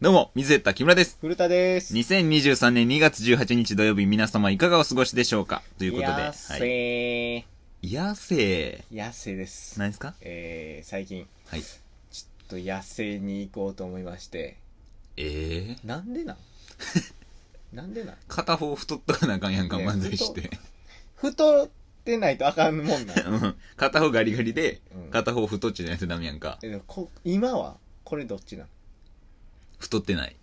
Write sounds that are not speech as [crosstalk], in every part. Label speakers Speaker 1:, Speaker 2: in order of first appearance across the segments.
Speaker 1: どうも、水江田木村です。
Speaker 2: 古田です。
Speaker 1: 2023年2月18日土曜日、皆様いかがお過ごしでしょうかと
Speaker 2: と
Speaker 1: いうことで。
Speaker 2: や
Speaker 1: は
Speaker 2: せー。
Speaker 1: い。野生。
Speaker 2: やせです。
Speaker 1: 何ですか
Speaker 2: えー、最近、
Speaker 1: はい。
Speaker 2: ちょっと野生に行こうと思いまして。
Speaker 1: ええ
Speaker 2: な
Speaker 1: [laughs]
Speaker 2: んでなんなんでなん
Speaker 1: 片方太ったらなあかんやんか、
Speaker 2: ね
Speaker 1: 漫才して。。
Speaker 2: 太ってないとあかんもんな
Speaker 1: うん片方ガリガリで
Speaker 2: うん、
Speaker 1: 片方太っちゃないとダメやんか。
Speaker 2: えでもこ今はこれどっちなん
Speaker 1: 太ってない。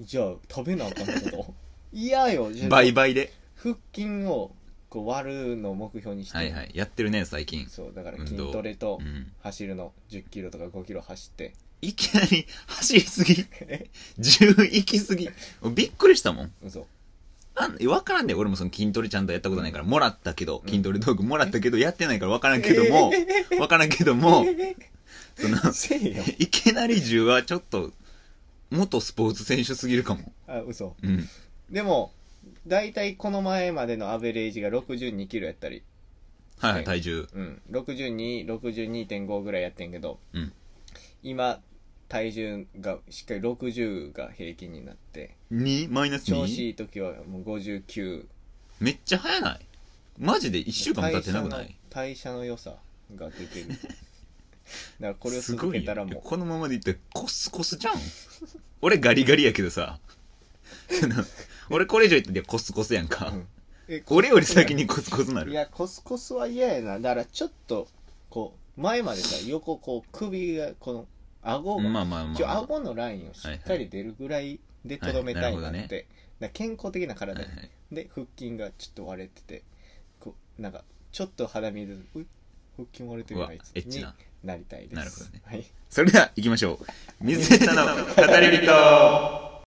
Speaker 2: じゃあ、食べなあかんってこと嫌よ、じゃあ
Speaker 1: 倍々で。
Speaker 2: 腹筋をこう割るのを目標にして。
Speaker 1: はいはい。やってるね、最近。
Speaker 2: そう、だから
Speaker 1: 運動
Speaker 2: 筋トレと
Speaker 1: うん。
Speaker 2: 走るの10キロとか5キロ走って。
Speaker 1: いきなり走りすぎ。
Speaker 2: え
Speaker 1: 10行きすぎ。びっくりしたもん。
Speaker 2: 嘘。
Speaker 1: あん、わからんで、俺もその筋トレちゃんとやったことないから、もらったけど、筋トレ道具もらったけど、やってないからわからんけども、わからんけども、その、
Speaker 2: せえよ。
Speaker 1: いきなり10はちょっと、元スポーツ選手すぎるかも。
Speaker 2: あ、嘘。
Speaker 1: うん。
Speaker 2: でも、大体この前までのアベレージが62キロやったり、
Speaker 1: はいは、
Speaker 2: はいい
Speaker 1: 体重。
Speaker 2: うん、62、62.5ぐらいやってんけど、
Speaker 1: うん
Speaker 2: 今、体重がしっかり60が平均になって、
Speaker 1: 2? マイナス
Speaker 2: 調子
Speaker 1: 2?
Speaker 2: いい時はもう59。
Speaker 1: めっちゃ早ないマジで1週間も経ってなくな
Speaker 2: 代謝の
Speaker 1: い
Speaker 2: 代謝の良さが出てる。だ [laughs] からこれを
Speaker 1: すご
Speaker 2: 続
Speaker 1: いよ
Speaker 2: けたらもう、
Speaker 1: このままでいったらコスコスじゃん俺ガリガリやけどさ。 [laughs] その俺これ以上言ったらコスコスやんか。
Speaker 2: うんえ
Speaker 1: 俺より先にコスコスないる。
Speaker 2: や、コスコスは嫌やな。だからちょっと、こう、前までさ、横こう、首が、この、顎が、
Speaker 1: まあまあま
Speaker 2: 一応
Speaker 1: あ。
Speaker 2: 顎のラインをしっかり出るぐらいでとどめたいなっ
Speaker 1: は
Speaker 2: て、
Speaker 1: いはいはいなるほど
Speaker 2: だから健康的な体
Speaker 1: は
Speaker 2: で,、
Speaker 1: いはい
Speaker 2: 腹筋がちょっと割れててこうなんかちょっと肌見えるうい腹筋割れてる
Speaker 1: う
Speaker 2: な
Speaker 1: わ
Speaker 2: いつ
Speaker 1: エッチ
Speaker 2: に
Speaker 1: な
Speaker 2: なりたいです
Speaker 1: なるほどね
Speaker 2: はい、
Speaker 1: それでは行きましょう水江さんの語り人は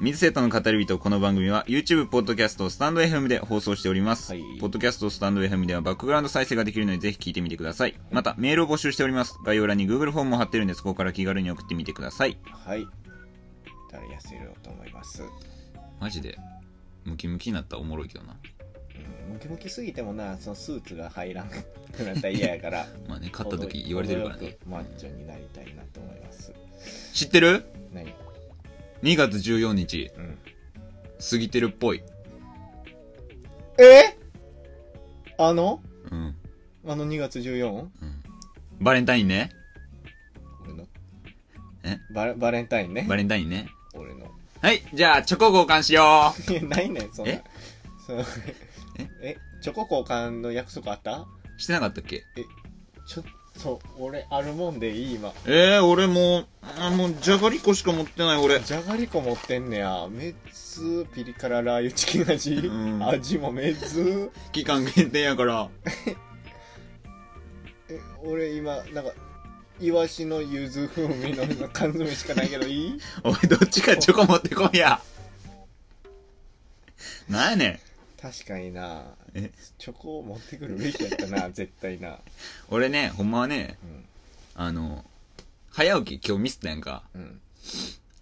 Speaker 1: 水瀬田の語り人、この番組は YouTube、ポッドキャスト、スタンド FM で放送しております。
Speaker 2: はい
Speaker 1: ポッドキャスト、スタンド FM ではバックグラウンド再生ができるのでぜひ聞いてみてください。また、メールを募集しております。概要欄に Google フォームを貼ってるんでそこから気軽に送ってみてください。
Speaker 2: はい、だから痩せようと思います、う
Speaker 1: マジで、ムキムキになったらおもろいけどな。
Speaker 2: ん、ムキムキすぎてもなそのスーツが入らんくなったら嫌
Speaker 1: [laughs]
Speaker 2: やから
Speaker 1: まあね、勝った時言われてるから
Speaker 2: 程よ
Speaker 1: ね。
Speaker 2: くマッチョになりたいなと思います
Speaker 1: 知ってる
Speaker 2: 何
Speaker 1: ?2 月14日、
Speaker 2: うん
Speaker 1: 過ぎてるっぽい。
Speaker 2: えあの
Speaker 1: うん。
Speaker 2: あの2月 14?
Speaker 1: バレンタインね。
Speaker 2: 俺の
Speaker 1: え
Speaker 2: バレバレンタインね
Speaker 1: バレンタインね。
Speaker 2: 俺の
Speaker 1: はい、じゃあ、チョコ交換しよ
Speaker 2: いやないねんそんな
Speaker 1: え
Speaker 2: その
Speaker 1: え
Speaker 2: えチョコ交換の約束あった
Speaker 1: う。してなかったっけ
Speaker 2: ちょっと俺あるもんでいい今
Speaker 1: えー、俺もう、あ、もう、じゃがりこしか持ってない、俺。
Speaker 2: じゃがりこ持ってんねやめっつピリ辛ラー油チキン味、
Speaker 1: うん
Speaker 2: 味もめっつ
Speaker 1: 期間限定やから。
Speaker 2: え俺今なんかイワシの柚子風味の缶詰しかないけどいい
Speaker 1: おい、どっちかチョコ持ってこいや。なんやねん。
Speaker 2: 確かにな
Speaker 1: え
Speaker 2: チョコを持ってくるべきやったな絶対な
Speaker 1: 俺ね、ほんまはね、
Speaker 2: うん
Speaker 1: あの、早起き今日ミスったやんか。
Speaker 2: うん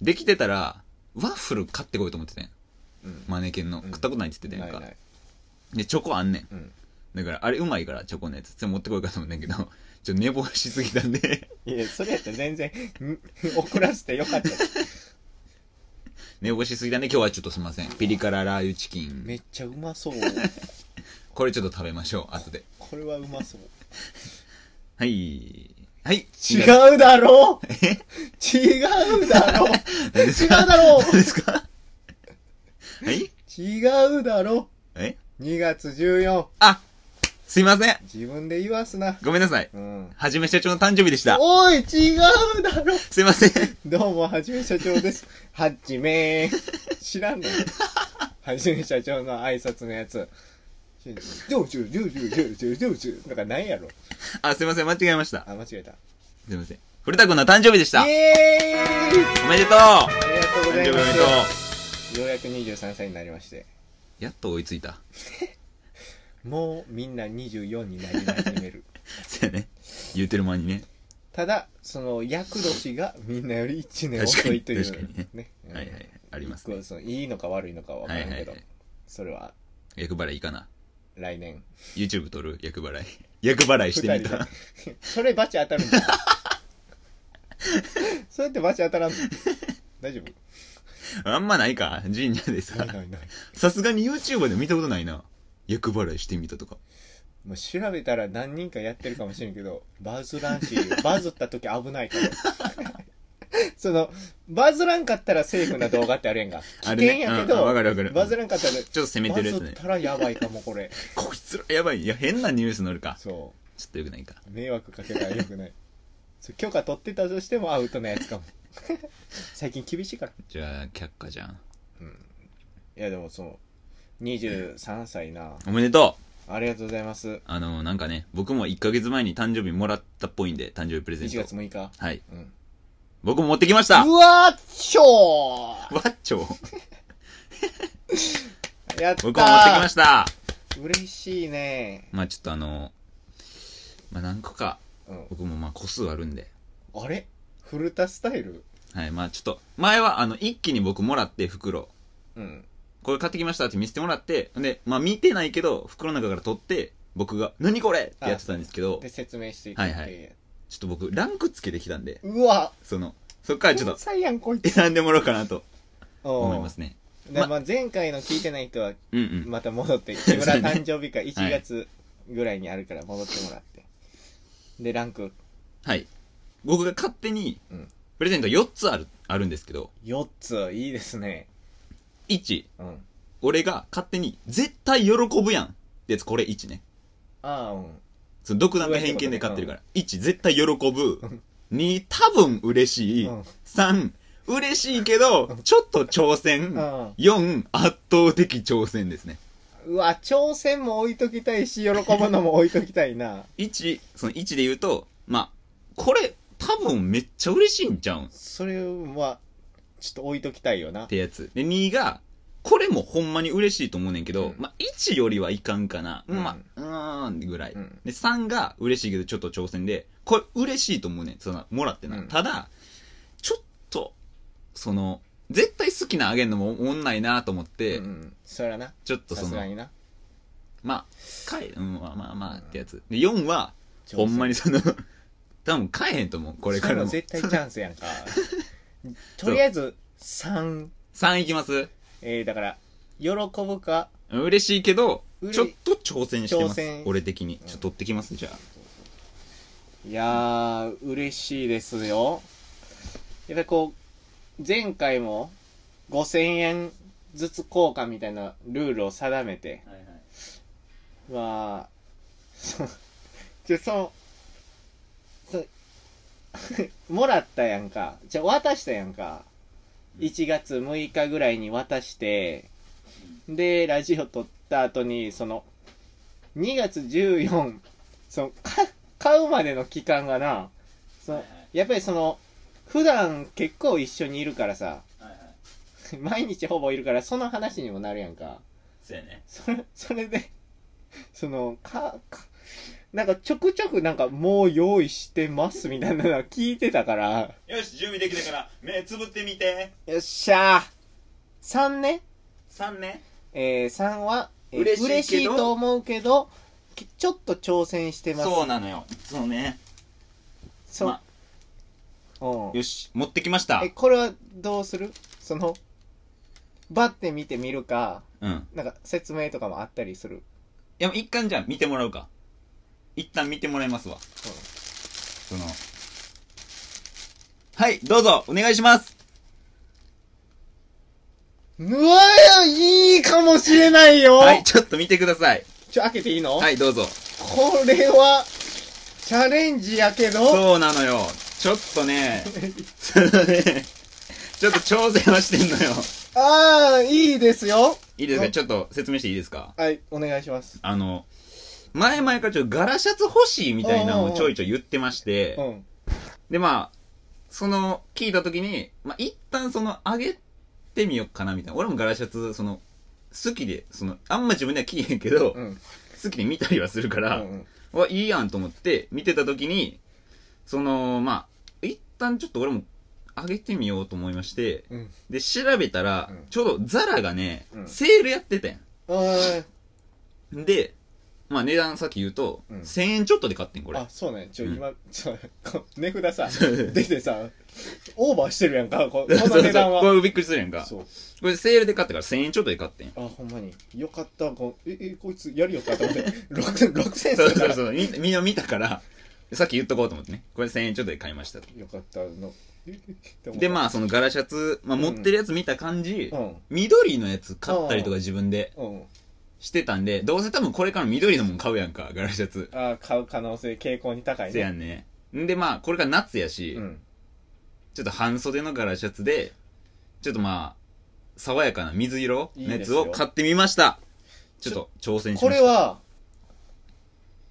Speaker 1: できてたら、ワッフル買ってこいと思ってたやん。
Speaker 2: うん
Speaker 1: マネケンの。
Speaker 2: ん
Speaker 1: 食ったことないって言ってたやんか。
Speaker 2: ないない
Speaker 1: で、チョコあんねん。
Speaker 2: うん
Speaker 1: だから、あれうまいから、チョコのやつ。それ持ってこいかと思ったんやけど、 [laughs] ちょっと寝坊しすぎたんで、 [laughs]
Speaker 2: いや、それやったら全然、ん [laughs] 遅らせてよかった。
Speaker 1: 寝坊しすぎたんで、今日はちょっとすいません。ピリ辛ラー油チキン。
Speaker 2: めっちゃうまそう。
Speaker 1: これちょっと食べましょう、後で。
Speaker 2: これはうまそう。
Speaker 1: はい。はい。う。
Speaker 2: 違うだろう違うだろう
Speaker 1: 何で
Speaker 2: 違
Speaker 1: す
Speaker 2: う
Speaker 1: か
Speaker 2: だろう
Speaker 1: 何ですかはい
Speaker 2: 違うだろ
Speaker 1: え
Speaker 2: う !2 月14、
Speaker 1: あすいません。
Speaker 2: 自分で言わすな。
Speaker 1: ごめんなさい。
Speaker 2: うん。
Speaker 1: はじめ社長の誕生日でした。
Speaker 2: おい、違うだろ
Speaker 1: すいません。
Speaker 2: どうも、はじめ社長です。はじめー。知らんのはじめ社長の挨拶のやつ。ジュージュージュージュージュージュージュージューなんかないやろ。
Speaker 1: あ、すいません。間違えました。
Speaker 2: あ、間違えた。
Speaker 1: すいません。古田君の誕生日でした。
Speaker 2: イエーイ
Speaker 1: おめでとう
Speaker 2: ありがとうご
Speaker 1: 誕
Speaker 2: ざ
Speaker 1: 生日
Speaker 2: い
Speaker 1: お
Speaker 2: ま
Speaker 1: めですとう。
Speaker 2: ようやく23歳になりまして
Speaker 1: やっと追いついた。
Speaker 2: [laughs] もうみんな24になり始める
Speaker 1: 言ってる間にね。
Speaker 2: ただその厄年がみんなより1年遅いという
Speaker 1: 確かに確かに
Speaker 2: ねうん
Speaker 1: はいはい。ありますね。
Speaker 2: 僕はそのいいのか悪いのかは分からんけど、
Speaker 1: はいはいはい
Speaker 2: それは
Speaker 1: 役払いいかな。
Speaker 2: 来年
Speaker 1: YouTube 撮る役払い。 [laughs] 役払いしてみたら。
Speaker 2: [laughs] それバチ当たるんだそうやってバチ当たらんの大丈 [laughs] 夫
Speaker 1: あんまないか神社でさ
Speaker 2: ない。ないない
Speaker 1: さすがに YouTuber で見たことないな。役払いしてみたとか。
Speaker 2: もう調べたら何人かやってるかもしれんけどバズらんしバズった時危ないから [laughs] そのバズらんかったらセーフな動画ってあるやんか
Speaker 1: あ
Speaker 2: 危険
Speaker 1: れね
Speaker 2: やけ
Speaker 1: うんうん
Speaker 2: ど、
Speaker 1: わかるわかる
Speaker 2: バズらんかったら
Speaker 1: ちょっと攻めてるやつ
Speaker 2: バ
Speaker 1: ね
Speaker 2: ズっ。たらやばいかもこれ
Speaker 1: こいつらやばい。いや、変なニュース乗るか。
Speaker 2: そ
Speaker 1: ちょっとよくないか。
Speaker 2: う迷惑かけたらよくないそう許可取ってたとしてもアウトなやつかも [laughs] 最近厳しいから
Speaker 1: じゃあ、却下じゃん。
Speaker 2: いやでもその23歳な
Speaker 1: おめでとう
Speaker 2: ありがとうございます
Speaker 1: あの、なんかね、僕も1ヶ月前に誕生日もらったっぽいんで、誕生日プレゼン
Speaker 2: 1
Speaker 1: ト。
Speaker 2: 月6日
Speaker 1: はい。
Speaker 2: うん
Speaker 1: 僕も持ってきました
Speaker 2: うわっしょ
Speaker 1: わっちょ
Speaker 2: ーやったー
Speaker 1: 僕も持ってきました
Speaker 2: 嬉しいね
Speaker 1: まあちょっとあの、まあ何個か、
Speaker 2: うん
Speaker 1: 僕もまあ個数あるんで。
Speaker 2: あれ古田スタイル
Speaker 1: はい、まあちょっと、前はあの、一気に僕もらって袋、
Speaker 2: うん
Speaker 1: これ買ってきましたって見せてもらって、で、まあ見てないけど、袋の中から取って、僕が、何これってやってたんですけど、
Speaker 2: で
Speaker 1: ちょ
Speaker 2: 説明していくっていう
Speaker 1: っと僕、ランクつけてきたんで、
Speaker 2: うわ
Speaker 1: その、そっからちょっ
Speaker 2: 天才やんこい
Speaker 1: と、
Speaker 2: つ
Speaker 1: 選んでもらおうかなと思
Speaker 2: 思
Speaker 1: いますね。
Speaker 2: まあ前回の聞いてない人は
Speaker 1: うんうん。
Speaker 2: また戻
Speaker 1: [laughs]
Speaker 2: って木村誕生日会
Speaker 1: は
Speaker 2: 1
Speaker 1: い
Speaker 2: 月ぐらいにあるから戻ってもらってでランク
Speaker 1: はい。僕が勝手に
Speaker 2: うん、
Speaker 1: プレゼント4つある、あるんですけど、
Speaker 2: 4ついいですね
Speaker 1: 1、
Speaker 2: うん
Speaker 1: 俺が勝手に、絶対喜ぶやんってやつ、これ1ね。
Speaker 2: ああうん
Speaker 1: その独断と偏見で買ってるから。1、絶対喜ぶ
Speaker 2: ん。
Speaker 1: 2、多分嬉しい
Speaker 2: うん。
Speaker 1: 3、嬉しいけど、ちょっと挑戦
Speaker 2: ん。
Speaker 1: 4、圧倒的挑戦ですね。
Speaker 2: うわ挑戦も置いときたいし喜ぶのも置いときたいな
Speaker 1: 1、その1で言うと、まあ、これ、多分めっちゃ嬉しいんちゃうんっ
Speaker 2: それはちょっと置いときたいよな
Speaker 1: てやつ。で、2が、これもほんまに嬉しいと思うねんけど、
Speaker 2: うん
Speaker 1: まあ、1よりはいかんかな。
Speaker 2: うん
Speaker 1: まあ、うーん、ぐらい。
Speaker 2: うん
Speaker 1: で、3が嬉しいけどちょっと挑戦で、これ嬉しいと思うねん。その、もらってな。
Speaker 2: うん
Speaker 1: ただ、ちょっと、その、絶対好きなあげんのもおもんないなと思って、
Speaker 2: うんうんそらな
Speaker 1: ちょっと
Speaker 2: さ
Speaker 1: そ
Speaker 2: すが
Speaker 1: の、
Speaker 2: にな
Speaker 1: まあ、かえ、うん、まあまあまあってやつ。で、4は、
Speaker 2: 挑戦
Speaker 1: ほんまにその、多分買えへんと思う、これからも。
Speaker 2: それ絶対チャンスやん
Speaker 1: [laughs]
Speaker 2: かとりあえず3
Speaker 1: 3いきます
Speaker 2: えー、だから喜ぶか
Speaker 1: 嬉しいけど
Speaker 2: う、れ
Speaker 1: ちょっと挑戦してま
Speaker 2: 挑
Speaker 1: す
Speaker 2: 戦。
Speaker 1: 俺的に。ちょっと取ってきます、じゃあ。
Speaker 2: いやー嬉しいですよやっぱりこう前回も5000円ずつ効果みたいなルールを定めてまあそじゃそのそ [laughs] もらったやんかじゃ渡したやんか1月6日ぐらいに渡してでラジオ撮った後にその2月14そのか買うまでの期間がなそのやっぱりその普段結構一緒にいるからさ毎日ほぼいるからその話にもなるやんか
Speaker 1: そうやね。
Speaker 2: それそれでそのかかなんかちょくちょくなんかもう用意してますみたいなのは聞いてたから
Speaker 1: よし、準備できたから、目つぶってみて。
Speaker 2: よっしゃー3ね
Speaker 1: 3ね。
Speaker 2: えー、3は、えー
Speaker 1: 嬉しいけど
Speaker 2: 嬉しいと思うけどきちょっと挑戦してます
Speaker 1: そうなのよ。そうね。
Speaker 2: そう、
Speaker 1: ま
Speaker 2: うん
Speaker 1: よし、持ってきました
Speaker 2: え。これはどうするそのバッて見てみるか
Speaker 1: うん。
Speaker 2: なんか説明とかもあったりする
Speaker 1: いや、一旦じゃあ見てもらうか。一旦見てもらいますわ。その。はい、どうぞ、お願いします。
Speaker 2: うわいいかもしれないよ、
Speaker 1: はい、ちょっと見てください。
Speaker 2: ちょ開けていいの、
Speaker 1: はい、どうぞ。
Speaker 2: これはチャレンジやけど
Speaker 1: そうなのよ。ちょっとね、 [laughs] そのね、ちょっと挑戦はしてんのよ。
Speaker 2: ああいいですよ
Speaker 1: いいです
Speaker 2: う
Speaker 1: か
Speaker 2: ん
Speaker 1: ちょっと説明していいですか
Speaker 2: はいお願いします
Speaker 1: あの、前々からちょっとガラシャツ欲しいみたいなのをちょいちょい言ってまして、
Speaker 2: うん
Speaker 1: で、まあ、その、聞いたときに、まあ、一旦その、上げてみようかな、みたいな。俺もガラシャツ、その、好きで、その、あんま自分では着えへんけど、
Speaker 2: うん
Speaker 1: 好きで見たりはするか
Speaker 2: う
Speaker 1: ら、
Speaker 2: ん
Speaker 1: わ、いいやんと思って、見てたときに、その、まあ、一旦ちょっと俺も上げてみようと思いまして、
Speaker 2: うん。
Speaker 1: で、調べたら、
Speaker 2: うん
Speaker 1: ちょうどザラがね、
Speaker 2: うん
Speaker 1: セールやってたや
Speaker 2: あ
Speaker 1: ん。で、まあ値段さっき言うと、
Speaker 2: うん
Speaker 1: 1000円ちょっとで買ってん、これ。
Speaker 2: あ、そうね。ちょ、
Speaker 1: うん
Speaker 2: 今、ちょ、こ値札さ、
Speaker 1: [laughs]
Speaker 2: 出てさ、オーバーしてるやんか、ここの値段
Speaker 1: こ
Speaker 2: は。
Speaker 1: れびっくりするやんか。
Speaker 2: そう。
Speaker 1: これセールで買ったから1000円ちょっとで買ってん。
Speaker 2: あ、ほんまに。よかった。こうえ、え、こいつやるよかと思って。6000、6000す
Speaker 1: そう
Speaker 2: るか
Speaker 1: そう
Speaker 2: ら。
Speaker 1: そう。みみんな見たから、さっき言っとこうと思ってね。これ1000円ちょっとで買いましたと。
Speaker 2: よかったの。
Speaker 1: で、
Speaker 2: あ、
Speaker 1: まあ、その柄シャツ、まあ、持ってるやつ見た感じ、
Speaker 2: うん。
Speaker 1: 緑のやつ買ったりとか自分で
Speaker 2: うん。
Speaker 1: してたんで、どうせ多分これから緑のもん買うやんか、柄シャツ。
Speaker 2: あ買う可能性、傾向に高い
Speaker 1: せや
Speaker 2: ね。
Speaker 1: んね。んで、まあ、これから夏やし、
Speaker 2: うん。
Speaker 1: ちょっと半袖の柄シャツで、ちょっとまあ、爽やかな水色
Speaker 2: いい
Speaker 1: のや
Speaker 2: です
Speaker 1: つ
Speaker 2: よ
Speaker 1: を買ってみました。ちょっと挑戦し
Speaker 2: こ
Speaker 1: ました。
Speaker 2: れは、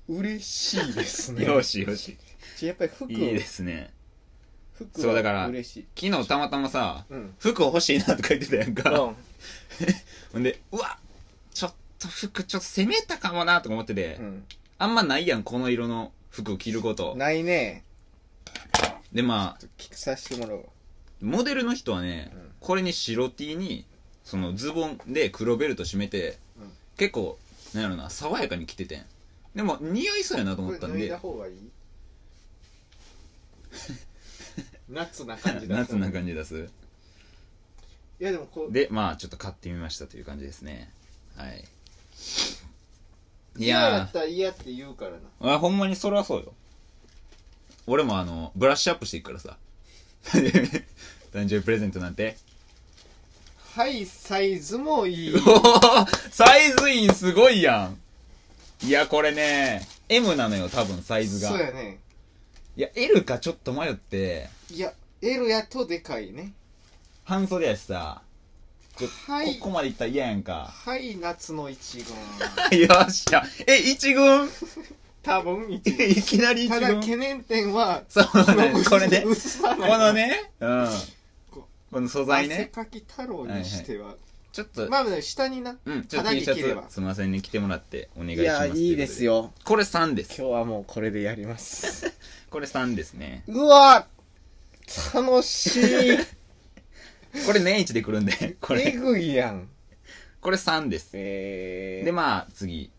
Speaker 2: 嬉しいですね。
Speaker 1: よしよし。
Speaker 2: ちょやっぱり服、
Speaker 1: いいですね。
Speaker 2: 服
Speaker 1: そうだから
Speaker 2: は嬉しい。
Speaker 1: 昨日たまたまさ、
Speaker 2: うん。
Speaker 1: 服欲しいなとか言ってたやんか。
Speaker 2: うん。
Speaker 1: ほんで、うわちょっと服ちょっと攻めたかもなとか思ってて、
Speaker 2: うん。
Speaker 1: あんまないやん、この色の服着ること。
Speaker 2: ないね。
Speaker 1: で、まあ、
Speaker 2: 聞くさせてもらうわ。
Speaker 1: モデルの人はね、
Speaker 2: うん
Speaker 1: これに白 T に、そのズボンで黒ベルト締めて、
Speaker 2: うん
Speaker 1: 結構、なんやろな、爽やかに着ててん。でも、似合いそうやなと思ったんで、
Speaker 2: 方がいい
Speaker 1: [laughs]
Speaker 2: 夏な
Speaker 1: [laughs]
Speaker 2: 感
Speaker 1: 夏な感じ出す。
Speaker 2: いやでもこう
Speaker 1: で、まあ、ちょっと買ってみましたという感じですね。はい。い
Speaker 2: 嫌や
Speaker 1: や
Speaker 2: ったら嫌って言うからな
Speaker 1: ー、あほんまにそれはそうよ。俺もあの、ブラッシュアップしていくからさ。 [laughs] 誕生日プレゼントなんて。
Speaker 2: はいサイズもい
Speaker 1: [laughs]
Speaker 2: い
Speaker 1: おーサイズインすごいやん。いや、これね、M なのよ、多分サイズ
Speaker 2: そう
Speaker 1: が。
Speaker 2: やね
Speaker 1: いや、L かちょっと迷って、
Speaker 2: いや L やとでかいね
Speaker 1: 半袖やしさ、ちょ
Speaker 2: はい
Speaker 1: ここまでいったら嫌やんか。 [laughs]
Speaker 2: はい夏の一軍
Speaker 1: よっしゃ。え、一軍 [laughs]
Speaker 2: 多分一軍
Speaker 1: いきな [laughs] り一
Speaker 2: ただ
Speaker 1: 軍
Speaker 2: 懸念点は
Speaker 1: そう
Speaker 2: [laughs]
Speaker 1: ね、 [laughs] これね。
Speaker 2: 薄さない
Speaker 1: このね、うん
Speaker 2: こ。
Speaker 1: この素材
Speaker 2: 汗
Speaker 1: ね。
Speaker 2: かき太郎にしては、
Speaker 1: ちょっと、
Speaker 2: まあまあ下にな
Speaker 1: うん、ちょっと
Speaker 2: 肌
Speaker 1: T
Speaker 2: 着
Speaker 1: シ
Speaker 2: 着れ
Speaker 1: ャ
Speaker 2: ば
Speaker 1: ツ、すみませんね、着てもらってお願いします。よ。
Speaker 2: よ
Speaker 1: これ3です。
Speaker 2: 今日はもうこれでやります
Speaker 1: これ3ですね。
Speaker 2: うわ楽しい
Speaker 1: これ年一で来るんで、 [laughs] こ
Speaker 2: え
Speaker 1: れ、
Speaker 2: ぐいやん。
Speaker 1: これ3です。
Speaker 2: えー、
Speaker 1: で、まあ、次。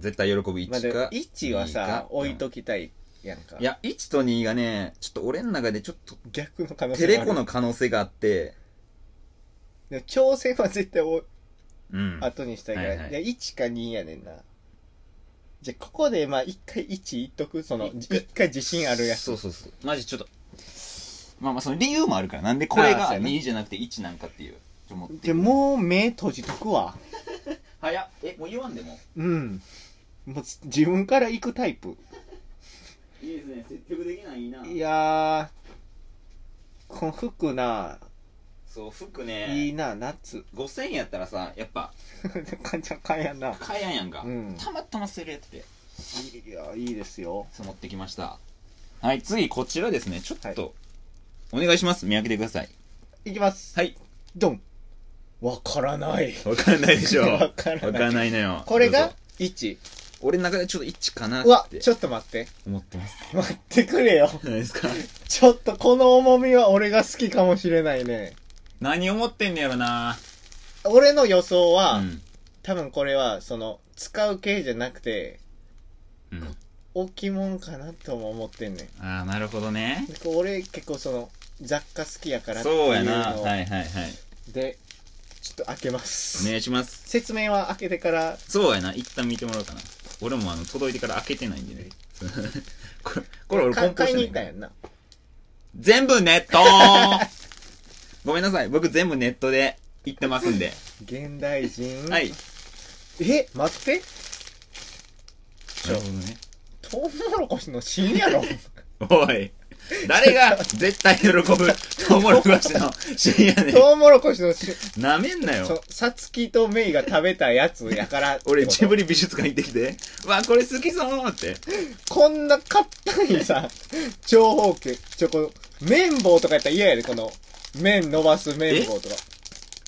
Speaker 1: 絶対喜ぶ1
Speaker 2: まあ、でも
Speaker 1: か。
Speaker 2: 1は
Speaker 1: 二
Speaker 2: さ
Speaker 1: か、
Speaker 2: 置いときたいやんか。
Speaker 1: うんいや、1と2がね、ちょっと俺の中でちょっと、
Speaker 2: 逆の可能性
Speaker 1: テ
Speaker 2: もある
Speaker 1: レコの可能性があって、
Speaker 2: でも挑戦は絶対お
Speaker 1: うん。
Speaker 2: 後にしたいから、
Speaker 1: はいはい
Speaker 2: いや1か2やねんな。じゃあ、ここで、まあ、一回1言っとく、その、
Speaker 1: 一回
Speaker 2: 一回自信あるやつ。
Speaker 1: そうそうそう。マジちょっと。まあまあ、その理由もあるから、なんでこれ
Speaker 2: あー
Speaker 1: が
Speaker 2: そうやな
Speaker 1: 2じゃなくて1なんかっていう。ちょっと持って
Speaker 2: じゃあ、もう目閉じとくわ。
Speaker 1: 早っ。え、もう言わんでも。
Speaker 2: うん。もう、自分から行くタイプ。
Speaker 1: いいですね。積極的ないいない
Speaker 2: やー、この服な、
Speaker 1: そう、服ね。
Speaker 2: いいな、夏。 [laughs]
Speaker 1: 5000円やったらさ、やっぱ、
Speaker 2: かんちゃんかんやな。
Speaker 1: 買えやんやんか。
Speaker 2: うん
Speaker 1: たまたまセールやってて。
Speaker 2: いや、いいですよ。
Speaker 1: そう、持ってきました。はい、次、こちらですね。ちょっと、お願いします。見分けてください。
Speaker 2: いきます。
Speaker 1: はい。
Speaker 2: ドン。わからない。
Speaker 1: わかんないでしょ。
Speaker 2: わからな
Speaker 1: わ
Speaker 2: い
Speaker 1: かんないのよ。
Speaker 2: これ
Speaker 1: どう
Speaker 2: が
Speaker 1: ぞ
Speaker 2: 1。
Speaker 1: 俺の中でちょっと1かなっ
Speaker 2: うわ、
Speaker 1: て
Speaker 2: ちょっと待って。
Speaker 1: 思ってます。
Speaker 2: 待ってくれよ。
Speaker 1: ないですか
Speaker 2: ちょっとこの重みは俺が好きかもしれないね。
Speaker 1: 何思ってんねやろな
Speaker 2: 俺の予想は、
Speaker 1: うん。
Speaker 2: 多分これは、その、使う系じゃなくて、
Speaker 1: うん。
Speaker 2: 置き物かなとも思ってんねん。
Speaker 1: ああ、なるほどね。
Speaker 2: で俺結構その、雑貨好きやからっていうの
Speaker 1: そうやな。はいはいはい。
Speaker 2: で、ちょっと開けま
Speaker 1: お
Speaker 2: す。
Speaker 1: 願いします。
Speaker 2: 説明は開けてから、
Speaker 1: そうやな。一旦見てもらおうかな。俺もあの、届いてから開けてないんでね。 [laughs] これ、これ俺梱
Speaker 2: か
Speaker 1: 包し
Speaker 2: 買い
Speaker 1: てな
Speaker 2: に
Speaker 1: い
Speaker 2: 行ったんやんな。
Speaker 1: 全部ネットごめんなさい。僕全部ネットで行ってますんで。
Speaker 2: 現代人。
Speaker 1: はい。
Speaker 2: え、待って。
Speaker 1: なるほどね。
Speaker 2: トウモロコシの芯
Speaker 1: [laughs]
Speaker 2: やろ
Speaker 1: おい。誰が絶対喜ぶトウモロコシの深夜ね
Speaker 2: トウモロコシの芯。
Speaker 1: なめんなよ
Speaker 2: そ。さつきとメイが食べたやつやから。
Speaker 1: [laughs] 俺、ジブ
Speaker 2: リ。
Speaker 1: リ美術館行ってきて。わ、これ好きそうって。
Speaker 2: こんな硬いさ、長方形。ちょ、この、綿棒とかやったら嫌やで、この、麺伸ばす綿棒とか。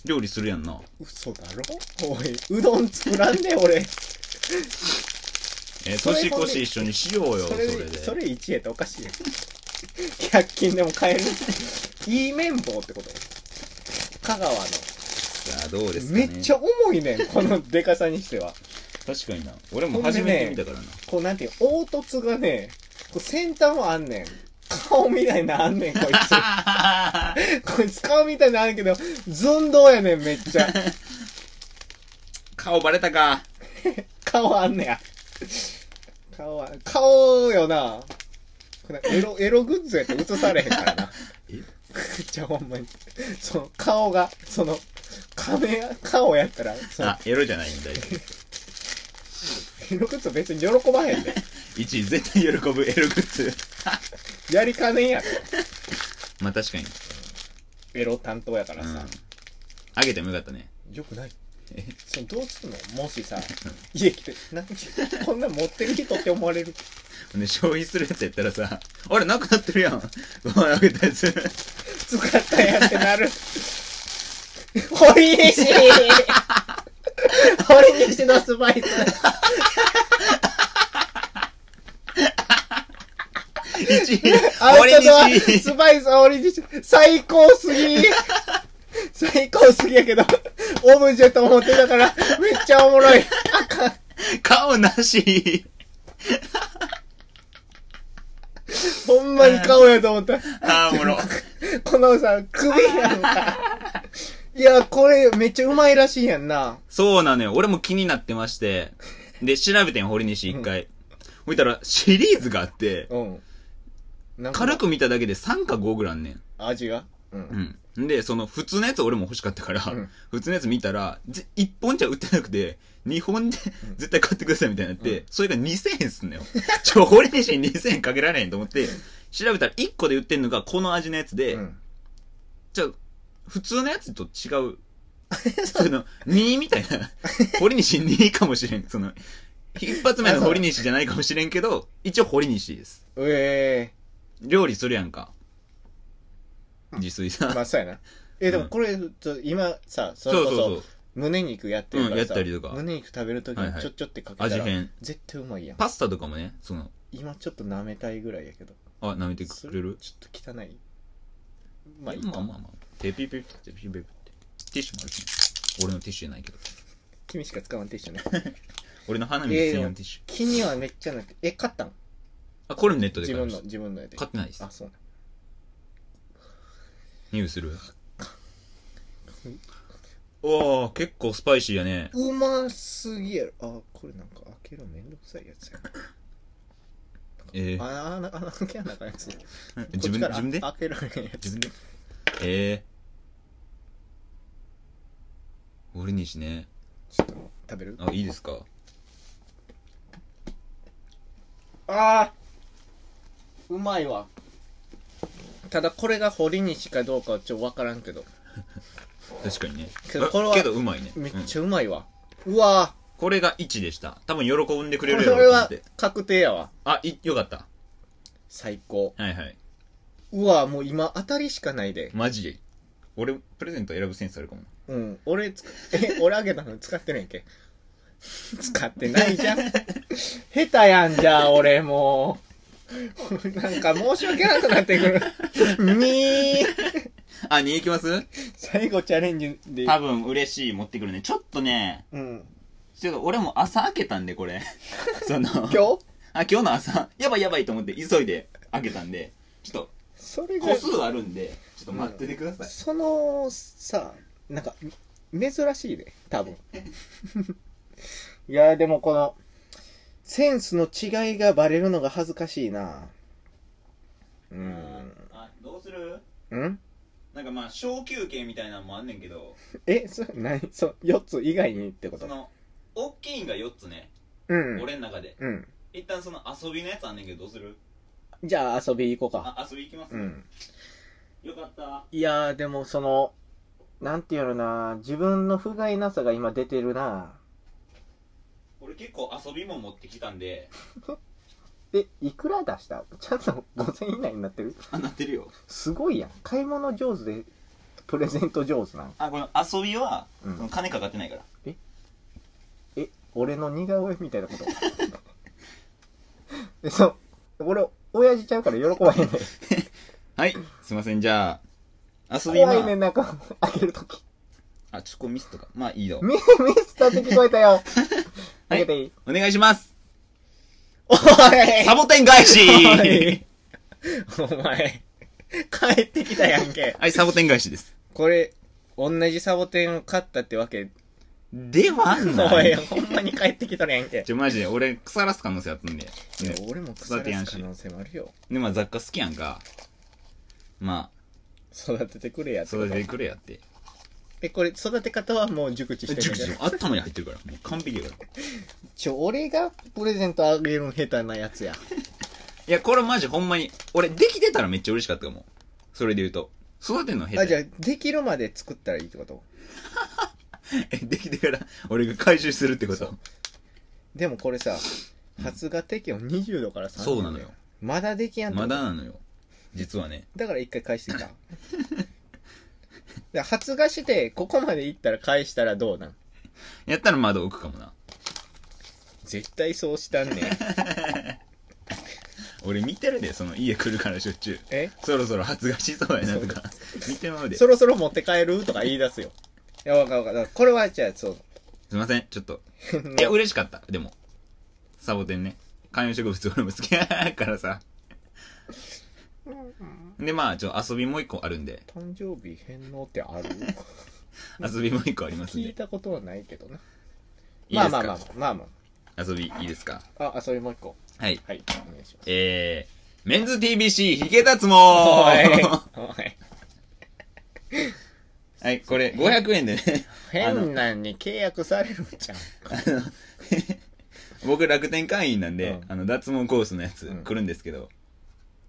Speaker 1: 料理するやんな。
Speaker 2: 嘘だろおい、うどん作らんで、俺。
Speaker 1: えー
Speaker 2: それ
Speaker 1: 年越し一緒にしようよ、
Speaker 2: そ
Speaker 1: そ
Speaker 2: れ
Speaker 1: れ
Speaker 2: で、そ
Speaker 1: で。
Speaker 2: れ1やったらおかしいやん。 100均でも買える。いい綿棒ってこと香川の。
Speaker 1: さあ、どうですか
Speaker 2: め
Speaker 1: ね。
Speaker 2: っちゃ重いねん、このデカさにしては。
Speaker 1: 確かにな。俺も初めて見たからな。
Speaker 2: こうなんていう、凹凸がね、こう先端はあんねん。顔みたいなのあんねん、こい
Speaker 1: [laughs]
Speaker 2: つ。こいつ顔みたいなのあるけど、寸胴やねん、めっちゃ。
Speaker 1: 顔バレたか。
Speaker 2: 顔あんねや。顔は、顔よな。これ
Speaker 1: [laughs]
Speaker 2: エロ、エログッズやって映されへんからな
Speaker 1: え。
Speaker 2: [laughs] じゃあほんまに。その、顔が、その、亀、顔やったら、その
Speaker 1: あ、エロじゃないみたいな。
Speaker 2: エログッズ別に喜ばへんで。
Speaker 1: 1位、絶対喜ぶエログッズ。
Speaker 2: やりかねんやろ。
Speaker 1: まあ確かに。
Speaker 2: エロ担当やから
Speaker 1: う
Speaker 2: さ。
Speaker 1: ん。あげてもよかったね。
Speaker 2: よくない
Speaker 1: え
Speaker 2: そのどうすんのもしさ、家来て、なんこんなん持ってる人って思われる。
Speaker 1: ね、消費するやつやったらさ、あれ、なくなってるやん。ご飯あげたやつ。
Speaker 2: 使ったやってなる。 [laughs] 堀西堀西のスパイス。
Speaker 1: 1位、
Speaker 2: アウトドア
Speaker 1: 俺にし
Speaker 2: スパイス堀西。最高すぎ最高すぎやけど、オブジェと思ってたから、めっちゃおもろい。あかん。
Speaker 1: 顔なし。
Speaker 2: ほんまに顔やと思った。
Speaker 1: あーおもろ。
Speaker 2: このさ、首やんか。いや、これめっちゃうまいらしいやんな。
Speaker 1: [laughs] そうなのよ。俺も気になってまして。で、調べてん、堀西一回。見たら、シリーズがあって、
Speaker 2: うん。なんか
Speaker 1: 軽く見ただけで3か5ぐらいあんねん。
Speaker 2: 味がうん。
Speaker 1: うん。で、その、普通のやつ俺も欲しかったから、
Speaker 2: うん
Speaker 1: 普通のやつ見たら、ぜ1本じゃ売ってなくて、2本で絶対買ってくださいみたいになって、
Speaker 2: うん
Speaker 1: それが2000円すんのよ。ちょ、堀西に2000円かけられへんと思って、調べたら1個で売ってんのがこの味のやつで、
Speaker 2: うん。
Speaker 1: じゃあ普通のやつと違う。その、2みたいな。堀西2かもしれん。その、一発目の堀西じゃないかもしれんけど、一応堀西です。
Speaker 2: え
Speaker 1: 料理するやんか。自炊
Speaker 2: え
Speaker 1: さ。
Speaker 2: [laughs] まあ、そうやな。え、でもこれ、ちょ今さ、それ
Speaker 1: そう
Speaker 2: こ
Speaker 1: そうそ、。
Speaker 2: そう胸肉やってるからさ、
Speaker 1: うんやったりとか
Speaker 2: 胸肉食べるとき
Speaker 1: はいは
Speaker 2: に
Speaker 1: い
Speaker 2: ちょっちょってかけたら、
Speaker 1: 味変。
Speaker 2: 絶対うまいやん。
Speaker 1: パスタとかもね、その、
Speaker 2: 今ちょっと舐めたいぐらいやけど。
Speaker 1: あ、舐めてくれる
Speaker 2: それちょっと汚い。まあ、いい
Speaker 1: まあ
Speaker 2: か。
Speaker 1: まあまあ。テピピピテピピピって。ティッシュもあるし、ね、俺のティッシュじゃないけど。
Speaker 2: 君しか使わんてしょね。
Speaker 1: 俺の花水専用のティッシュ。
Speaker 2: 気にはめっちゃなくて。え、買ったん
Speaker 1: あ、これもネットで
Speaker 2: 自
Speaker 1: 買いま
Speaker 2: 分
Speaker 1: し
Speaker 2: の、
Speaker 1: た。
Speaker 2: 自分のやで。
Speaker 1: 買ってないです
Speaker 2: あ、。そうなん。
Speaker 1: 匂いするおお結構スパイシーやね。
Speaker 2: うますぎやろ。あ、これなんか開けるのめんどくさいやつやな。
Speaker 1: えー、
Speaker 2: あ、穴、穴開けやなあかんやつ。
Speaker 1: 自分
Speaker 2: こ
Speaker 1: で
Speaker 2: っちから
Speaker 1: 自分で
Speaker 2: 開けられへんやつ。
Speaker 1: 自分でええー。俺にしね。
Speaker 2: ちょっと食べる
Speaker 1: あ、いいですか
Speaker 2: ああうまいわただこれが堀西かどうかはちょっと分からんけど
Speaker 1: 確かにね。
Speaker 2: けどこれは
Speaker 1: あけどうまいね。
Speaker 2: めっ
Speaker 1: うん
Speaker 2: ちゃうまいわ、うわ
Speaker 1: これが1でした。多分喜んでく
Speaker 2: ー
Speaker 1: れ
Speaker 2: こ
Speaker 1: るやろ
Speaker 2: れ
Speaker 1: うと思っ
Speaker 2: は
Speaker 1: て。
Speaker 2: 確定やわ
Speaker 1: あ、い、よかった。
Speaker 2: 最高
Speaker 1: はいはい。
Speaker 2: うわーもう今当たりしかないで
Speaker 1: マジで。俺、プレゼント選ぶセンスあるかも。
Speaker 2: うん俺つえ [laughs] 俺あげたの使ってるやんけ使ってない [laughs] じゃん下手やんじゃあ俺もうなんか申し訳なくなってくる [laughs] にー
Speaker 1: あ、2いきます
Speaker 2: 最後チャレンジで
Speaker 1: 多分嬉しい。持ってくるね。ちょっとね、
Speaker 2: うん
Speaker 1: ちょっと俺も朝開けたんで、これ。 [laughs] その、今
Speaker 2: 今日
Speaker 1: あ、今日の朝、 [laughs] やばいやばいと思って急いで開けたんで、ちょっ
Speaker 2: それ
Speaker 1: と
Speaker 2: が
Speaker 1: 個数あるんで、ちょっと待っててください。
Speaker 2: そのさなんかめ珍しいで
Speaker 1: [laughs]
Speaker 2: 多分いやでもこのセンスの違いがバレるのが恥ずかしいなう
Speaker 1: うんあ、どうする
Speaker 2: うん
Speaker 1: なんかまあ、小休憩みたいなのもあんねんけど、
Speaker 2: えそ何そ4つ以外にってこ
Speaker 1: そ
Speaker 2: と
Speaker 1: の、大きいんが4つね、
Speaker 2: うん
Speaker 1: 俺の中で。
Speaker 2: うん
Speaker 1: 一旦その遊びのやつあんねんけど、どうする
Speaker 2: じゃあ遊び行こうか
Speaker 1: あ、遊び行きます、
Speaker 2: うん
Speaker 1: よかった。
Speaker 2: いやーでもそのなんていうのな自分の不甲斐なさが今出てるな
Speaker 1: 俺結構遊びも持ってきたんで、
Speaker 2: えいくら出したちゃんと5000以内になってる
Speaker 1: あ、なってるよ。
Speaker 2: すごいやん買い物上手でプレゼント上手なん
Speaker 1: あ、この遊びは、
Speaker 2: うん
Speaker 1: その金かかってないから。
Speaker 2: え俺の似顔絵みたいなこと [laughs] えそう俺親父ちゃうから喜ばへんねん
Speaker 1: はい。すいません、じゃあ、遊び
Speaker 2: 怖いね
Speaker 1: ま
Speaker 2: ん、なんか、開けるとき。
Speaker 1: あ、あ、ちょ、こうミスとか。まあ、いいよ。
Speaker 2: ミミスターって聞こえたよ。開けていい
Speaker 1: お願いします
Speaker 2: お
Speaker 1: サボテン返
Speaker 2: [laughs]
Speaker 1: し
Speaker 2: いお前、帰ってきたやんけ。
Speaker 1: はい、サボテン返しです。
Speaker 2: これ、同じサボテンを買ったってわけ。
Speaker 1: では
Speaker 2: お、
Speaker 1: ないい。
Speaker 2: ほんまに帰ってきとるやんけ。
Speaker 1: ちょ、マジで、俺、腐らす可能性あったんで。ね
Speaker 2: いや俺も腐
Speaker 1: 育てや
Speaker 2: ら
Speaker 1: ん
Speaker 2: す
Speaker 1: し
Speaker 2: 可能性もあるよ。
Speaker 1: で、まあ、雑貨好きやんか。ま
Speaker 2: 育ててくれ
Speaker 1: あ、
Speaker 2: やってこと
Speaker 1: 育ててくれやって。
Speaker 2: え、これ、育て方はもう熟知してる
Speaker 1: 熟
Speaker 2: んだ
Speaker 1: 知
Speaker 2: けど。
Speaker 1: も頭に入ってるから。もう完璧やから。
Speaker 2: ちょ、俺がプレゼントあげるの下手なやつや。
Speaker 1: いや、これマジほんまに、俺、できてたらめっちゃ嬉しかったかも。それで言うと。育てんの下手。
Speaker 2: あ、じゃあ、できるまで作ったらいいってこと
Speaker 1: え、 [laughs] できてから、俺が回収するってこと。
Speaker 2: でもこれさ、発芽適温20度から30度。
Speaker 1: そうなのよ。。
Speaker 2: まだできやんって
Speaker 1: ま
Speaker 2: こと
Speaker 1: だなのよ。実はね。
Speaker 2: だから一回返してきた。だ [laughs] から発芽して、ここまで行ったら返したらどうなん
Speaker 1: やったら窓置くかもな。
Speaker 2: 絶対そうした [laughs] んねん。
Speaker 1: 俺見てるで、その家来るからしょっちゅう。
Speaker 2: え
Speaker 1: そろそろ発芽しそうやなとか。見てまうで。す
Speaker 2: そろそろ持って帰るとか言い出すよ。いや、わかるわかる。これは、じゃあ、 [laughs] そう。
Speaker 1: いません、ちょっと。いや、嬉しかった。でも。サボテンね。観葉植物俺も好きやからさ。で、まあ、ちょ、遊びもう一個あるんで。
Speaker 2: 誕生日返納ってある
Speaker 1: 遊びもう一個ありますん
Speaker 2: [laughs]
Speaker 1: で。い
Speaker 2: 聞い
Speaker 1: いで
Speaker 2: たことはないけどな。
Speaker 1: す
Speaker 2: ま
Speaker 1: か
Speaker 2: あまあまあ、まあま
Speaker 1: 遊び、いいですか
Speaker 2: あ。あ、あ、それもう一個。
Speaker 1: はい。
Speaker 2: はい、お願いします。
Speaker 1: えー、メンズ TBC、ヒゲ脱毛
Speaker 2: おい
Speaker 1: [laughs] はい、これ、500円でね。 [laughs] あの
Speaker 2: 変なんに契約されるじゃん。
Speaker 1: [laughs] 僕楽天会員なんで、
Speaker 2: うん
Speaker 1: あの脱毛コースのやつ
Speaker 2: うん
Speaker 1: 来るんですけど、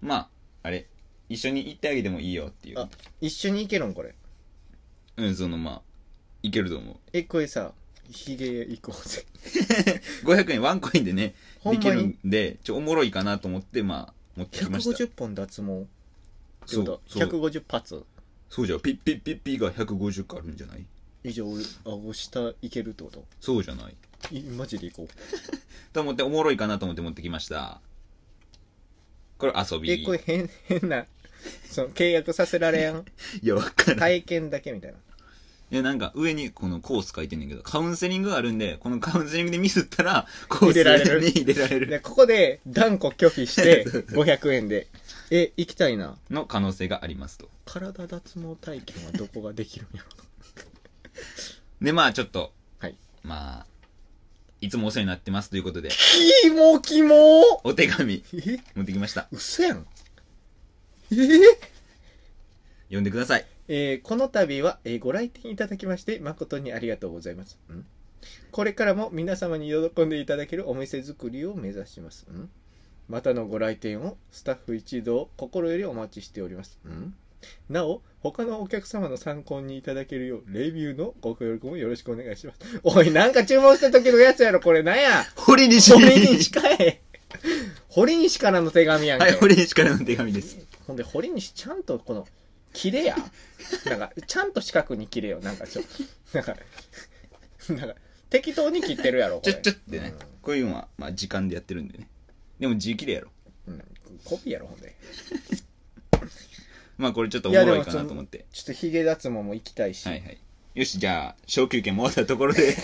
Speaker 1: まああれ一緒に行ってあげてもいいよっていう
Speaker 2: あ一緒に行けるんこれ。
Speaker 1: うんそのまあいけると思う
Speaker 2: え、これさ、ヒゲ行こうぜ。
Speaker 1: 500円ワンコインでね
Speaker 2: ほん
Speaker 1: で
Speaker 2: ま
Speaker 1: き
Speaker 2: に
Speaker 1: るんでちょおもろいかなと思ってまあ持ってきました
Speaker 2: 150本脱毛って
Speaker 1: そ
Speaker 2: こ
Speaker 1: う
Speaker 2: と
Speaker 1: そう
Speaker 2: 150発
Speaker 1: そうじゃんピッピッピッピッが150個あるんじゃない
Speaker 2: 以上顎下いけるってこと
Speaker 1: そうじゃない
Speaker 2: いマジでいこう
Speaker 1: と思っておもろいかなと思って持ってきましたこれ遊び
Speaker 2: えこれ変 [laughs] 変なその契約させられ [laughs] やん
Speaker 1: いやわからんない
Speaker 2: 体験だけみたいな
Speaker 1: やなんか上にこのコース書いてんねんけどカウンセリングがあるんでこのカウンセリングでミスったらコース
Speaker 2: 入れられる
Speaker 1: に入れられる
Speaker 2: でここで断固拒否して [laughs] 500円でえ行きたいな
Speaker 1: の可能性がありますと。
Speaker 2: 体脱毛体験はどこができるんやろ
Speaker 1: で、まあちょっと、
Speaker 2: はい
Speaker 1: まあ、いつもお世話になってますということで、
Speaker 2: キモキモ
Speaker 1: お手紙
Speaker 2: え
Speaker 1: 持ってきました。
Speaker 2: 嘘やんえ
Speaker 1: 読んでください。
Speaker 2: えーこの度は、えーご来店いただきまして誠にありがとうございます。んこれからも皆様に喜んでいただけるお店作りを目指します。んまたのご来店をスタッフ一同心よりお待ちしております。んなお、他のお客様の参考にいただけるよう、レビューのご協力もよろしくお願いします。おい、なんか注文した時のやつやろ、これなんや
Speaker 1: 堀西
Speaker 2: [laughs] 堀西かい堀西からの手紙やんけ。
Speaker 1: はい、堀西からの手紙です。
Speaker 2: ほんで、堀西ちゃんとこの、切れや。なんか、ちゃんと四角に切れよ。なんかちょ、なんか、なんか、適当に切ってるやろ、こ
Speaker 1: ち
Speaker 2: れ。
Speaker 1: ょ、ちょってね、こういうのは、まあ時間でやってるんでね。でも字切れやろ。
Speaker 2: うん、コピーやろ、ほんで。
Speaker 1: まあこれちょっとお
Speaker 2: い
Speaker 1: も
Speaker 2: やでも
Speaker 1: ろいかなと思って。
Speaker 2: ちょっとヒゲ脱毛も行きたいし。
Speaker 1: はいはい。よし、じゃあ、小休憩も終わったところ [laughs] で、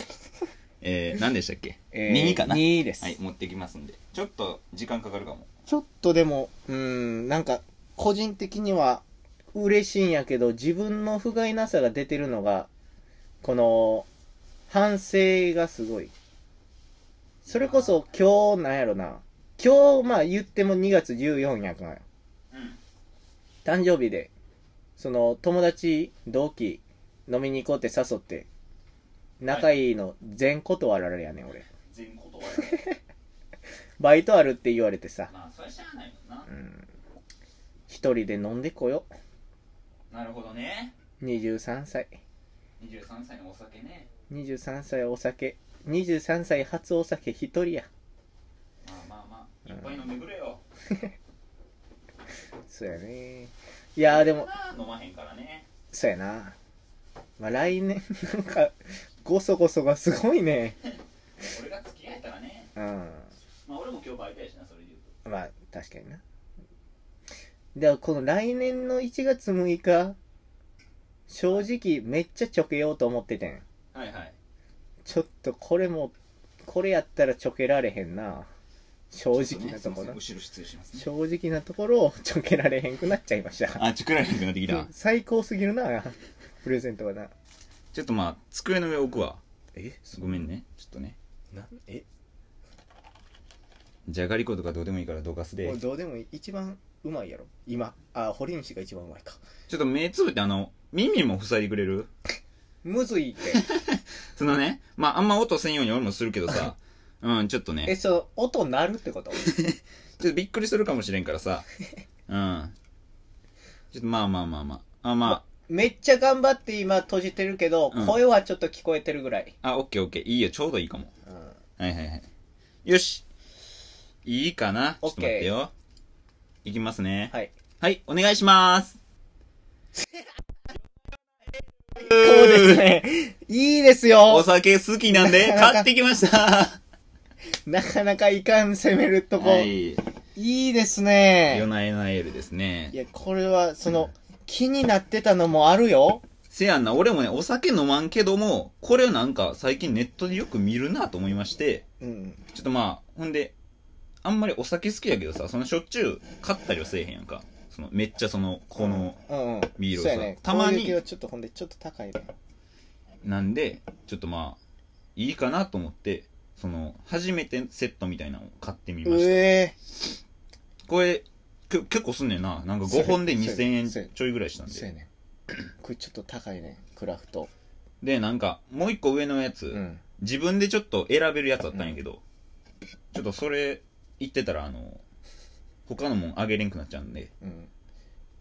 Speaker 1: えー、何でしたっけ、
Speaker 2: えー
Speaker 1: 右かなは
Speaker 2: 右です、
Speaker 1: い、持ってきますんで。ちょっと時間かかるかも。
Speaker 2: ちょっとでも、うーん、なんか、個人的には嬉しいんやけど、自分の不甲斐なさが出てるのが、この、反省がすごい。それこそ今日なんやろな。今日、まあ言っても2月14やから。
Speaker 1: うん。
Speaker 2: 誕生日で、その友達、同期、飲みに行こうって誘って、仲いいの全断られやねん、俺。
Speaker 1: 全断ら
Speaker 2: バイトあるって言われてさ、
Speaker 1: まあ、それしゃあないもんな
Speaker 2: う。ん、一人で飲んでこよ。
Speaker 1: なるほどね。
Speaker 2: 23歳。
Speaker 1: 23歳のお酒ね、
Speaker 2: 23歳お酒。23歳初お酒一人や。
Speaker 1: まあまあまあ、
Speaker 2: うん
Speaker 1: いっぱい飲んでくれよ。
Speaker 2: そうやね。いやーでも、
Speaker 1: なあ飲まへんからね。
Speaker 2: そうやな。まあ来年、なんか、ごそごそがすごいね。
Speaker 1: 俺が付き合えたらね。
Speaker 2: うん。
Speaker 1: まあ俺も今日バイトやしな、それで言う
Speaker 2: まあ、確かにな。だからこの来年の1月6日、正直めっちゃちょけようと思っててん。
Speaker 1: はいはい。
Speaker 2: ちょっとこれも、これやったらちょけられへんな。正直なところ。
Speaker 1: 後ろ失礼しますね。
Speaker 2: 正直なところ [laughs] をちょけられへんくなっちゃいました。
Speaker 1: あ、ちくられなくなってきた。
Speaker 2: 最高すぎるな、プレゼントはな。
Speaker 1: ちょっとまあ、机の上置くわ。
Speaker 2: え
Speaker 1: ごめんね。ちょっとね。
Speaker 2: なえ
Speaker 1: じゃがりことかどうでもいいからどかすで
Speaker 2: もう。どうでもいい。一番うまいやろ。今。あ、堀西が一番うまいか。
Speaker 1: ちょっと目つぶってあの、耳も塞いでくれる
Speaker 2: むずいって。
Speaker 1: [laughs] そのね、まああんま音せんように俺もするけど
Speaker 2: [laughs]
Speaker 1: さ、うん、ちょっと
Speaker 2: え、
Speaker 1: ね、
Speaker 2: そう、音鳴るってこと
Speaker 1: ちょっとびっくりするかもしれんからさ、うん。ちょっとまあまあまあまあ。あ、ま
Speaker 2: めっちゃ頑張って今閉じてるけど、
Speaker 1: うん
Speaker 2: 声はちょっと聞こえてるぐらい。
Speaker 1: あ、あ、オッケーオッケー。いいよ、ちょうどいいかも。はいはいはい。よし。いいかなちょ
Speaker 2: オ
Speaker 1: っ
Speaker 2: ッ
Speaker 1: と
Speaker 2: ケー
Speaker 1: 待ってよ。いきますね。
Speaker 2: はい。
Speaker 1: はい、お願いします。
Speaker 2: そうですね。 [laughs] いいです
Speaker 1: お
Speaker 2: よ。
Speaker 1: 酒好きなんで、買ってきました。
Speaker 2: なかなかいかん攻めるとこ。、
Speaker 1: はいい。
Speaker 2: いです
Speaker 1: ヨ
Speaker 2: ね。
Speaker 1: ナエナエルです
Speaker 2: い
Speaker 1: ね。
Speaker 2: や、これは、その、気になってたのもあるよ。
Speaker 1: せやんな、俺もね、お酒飲まんけども、これなんか最近ネットでよく見るなと思いまして、
Speaker 2: うん。
Speaker 1: ちょっとまあ、ほんで、あんまりお酒好きやけどさ、そのしょっちゅう買ったりはせえへんやんか。その、めっちゃその、この、
Speaker 2: うんうん、
Speaker 1: ビールを
Speaker 2: そ
Speaker 1: さ
Speaker 2: うやね。
Speaker 1: たまに
Speaker 2: こういう系はちょっとほんで、ちょっと高いね。
Speaker 1: なんで、ちょっとまあ、いいかなと思って、その、初めてセットみたいなのを買ってみました。
Speaker 2: ええ
Speaker 1: これ、け結構すんねんな。なんか5本で2000円ちょいぐらいしたん
Speaker 2: そうや
Speaker 1: で。
Speaker 2: ね。 [clears throat] これちょっと高いね。クラフト。
Speaker 1: で、なんか、もう一個上のやつ、
Speaker 2: うん。
Speaker 1: 自分でちょっと選べるやつあったんやけど、ちょっとそれ言ってたら、あの、他のもんあげれんくなっちゃうんで、
Speaker 2: うん。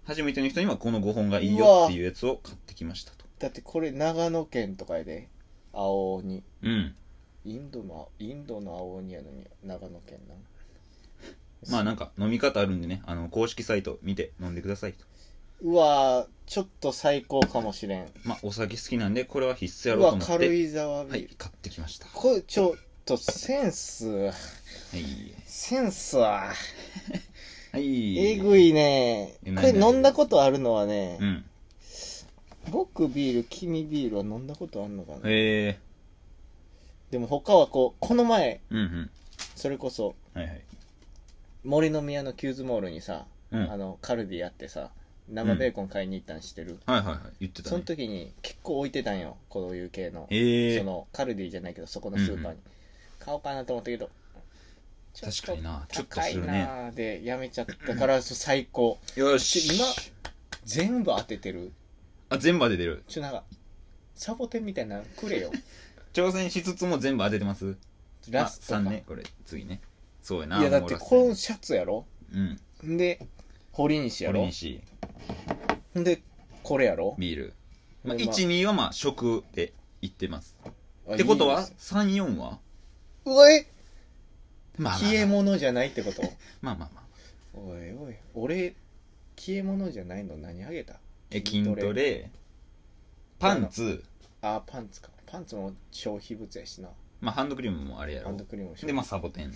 Speaker 1: 初めての人にはこの5本がいいよっていうやつを買ってきましたと。
Speaker 2: だってこれ長野県とかやで。青鬼。
Speaker 1: うん。
Speaker 2: インドの、インドの青鬼やのに、長野県な。
Speaker 1: まあなんか飲み方あるんでね、あの、公式サイト見て飲んでくださいと。
Speaker 2: うわーちょっと最高かもしれん。
Speaker 1: まあお酒好きなんで、これは必須や
Speaker 2: う
Speaker 1: ろうと
Speaker 2: わ、
Speaker 1: 思って。
Speaker 2: 軽井沢ビー
Speaker 1: は
Speaker 2: ル。
Speaker 1: い、買ってきました。は
Speaker 2: これ、ちょっと、センス、
Speaker 1: い。
Speaker 2: センスは、
Speaker 1: はい。
Speaker 2: えぐいね
Speaker 1: え。
Speaker 2: こ
Speaker 1: な
Speaker 2: れ
Speaker 1: いない
Speaker 2: 飲んだことあるのはね
Speaker 1: う、ん。
Speaker 2: 僕ビール、君ビールは飲んだことあるのかな。
Speaker 1: え
Speaker 2: でも他はこう、この前、
Speaker 1: ー、うんうん。
Speaker 2: それこそ、
Speaker 1: はいはい。
Speaker 2: 森の宮のキューズモールにさ、
Speaker 1: うん。
Speaker 2: あ
Speaker 1: はい
Speaker 2: の、カルディやってさ、生ベーコン買いに行ったんしてる。
Speaker 1: はいはい。言ってた、ね。
Speaker 2: その時に結構置いてたんよ、こういう系の。
Speaker 1: ええ
Speaker 2: そのカルディじゃないけどそこのスーパーに、
Speaker 1: うんう
Speaker 2: 買おうかなと思ったけど
Speaker 1: 確かにな
Speaker 2: ちょっ
Speaker 1: ち
Speaker 2: と
Speaker 1: ょっと
Speaker 2: 高
Speaker 1: す
Speaker 2: い
Speaker 1: るね
Speaker 2: なーでやめちゃったか
Speaker 1: [laughs]
Speaker 2: らそう最高
Speaker 1: よし。
Speaker 2: ち今全部当ててる
Speaker 1: あ、全部当ててる。
Speaker 2: ちょなんかサボテンみたいなのくれよ
Speaker 1: 挑戦しつつも全部当てて [laughs] ます
Speaker 2: ラスト
Speaker 1: あ
Speaker 2: か、
Speaker 1: 3ね、これ。次ね。そうやな。
Speaker 2: いやだっ
Speaker 1: もう
Speaker 2: て
Speaker 1: ラス
Speaker 2: こ
Speaker 1: ト
Speaker 2: のシャツやろ
Speaker 1: うん。
Speaker 2: んで堀西や
Speaker 1: 俺
Speaker 2: ろ
Speaker 1: にし、
Speaker 2: んでこれやろ
Speaker 1: ビール。まあ、
Speaker 2: でまあ
Speaker 1: 1、2はまあ、食で言ってます。
Speaker 2: あ
Speaker 1: ってこと
Speaker 2: いい
Speaker 1: は
Speaker 2: です、
Speaker 1: 3、4は
Speaker 2: うわえ
Speaker 1: まあまあ
Speaker 2: 消え物じゃないってこと
Speaker 1: まあまあまあ。
Speaker 2: おいおい俺消え物じゃないの何あげた
Speaker 1: え、筋トレ、パンツ、
Speaker 2: あーパンツかパンツも消費物やしな
Speaker 1: まあ、ハンドクリームもあれや
Speaker 2: ハン
Speaker 1: ろ
Speaker 2: ド。クリームし
Speaker 1: で、まあ、サボテン。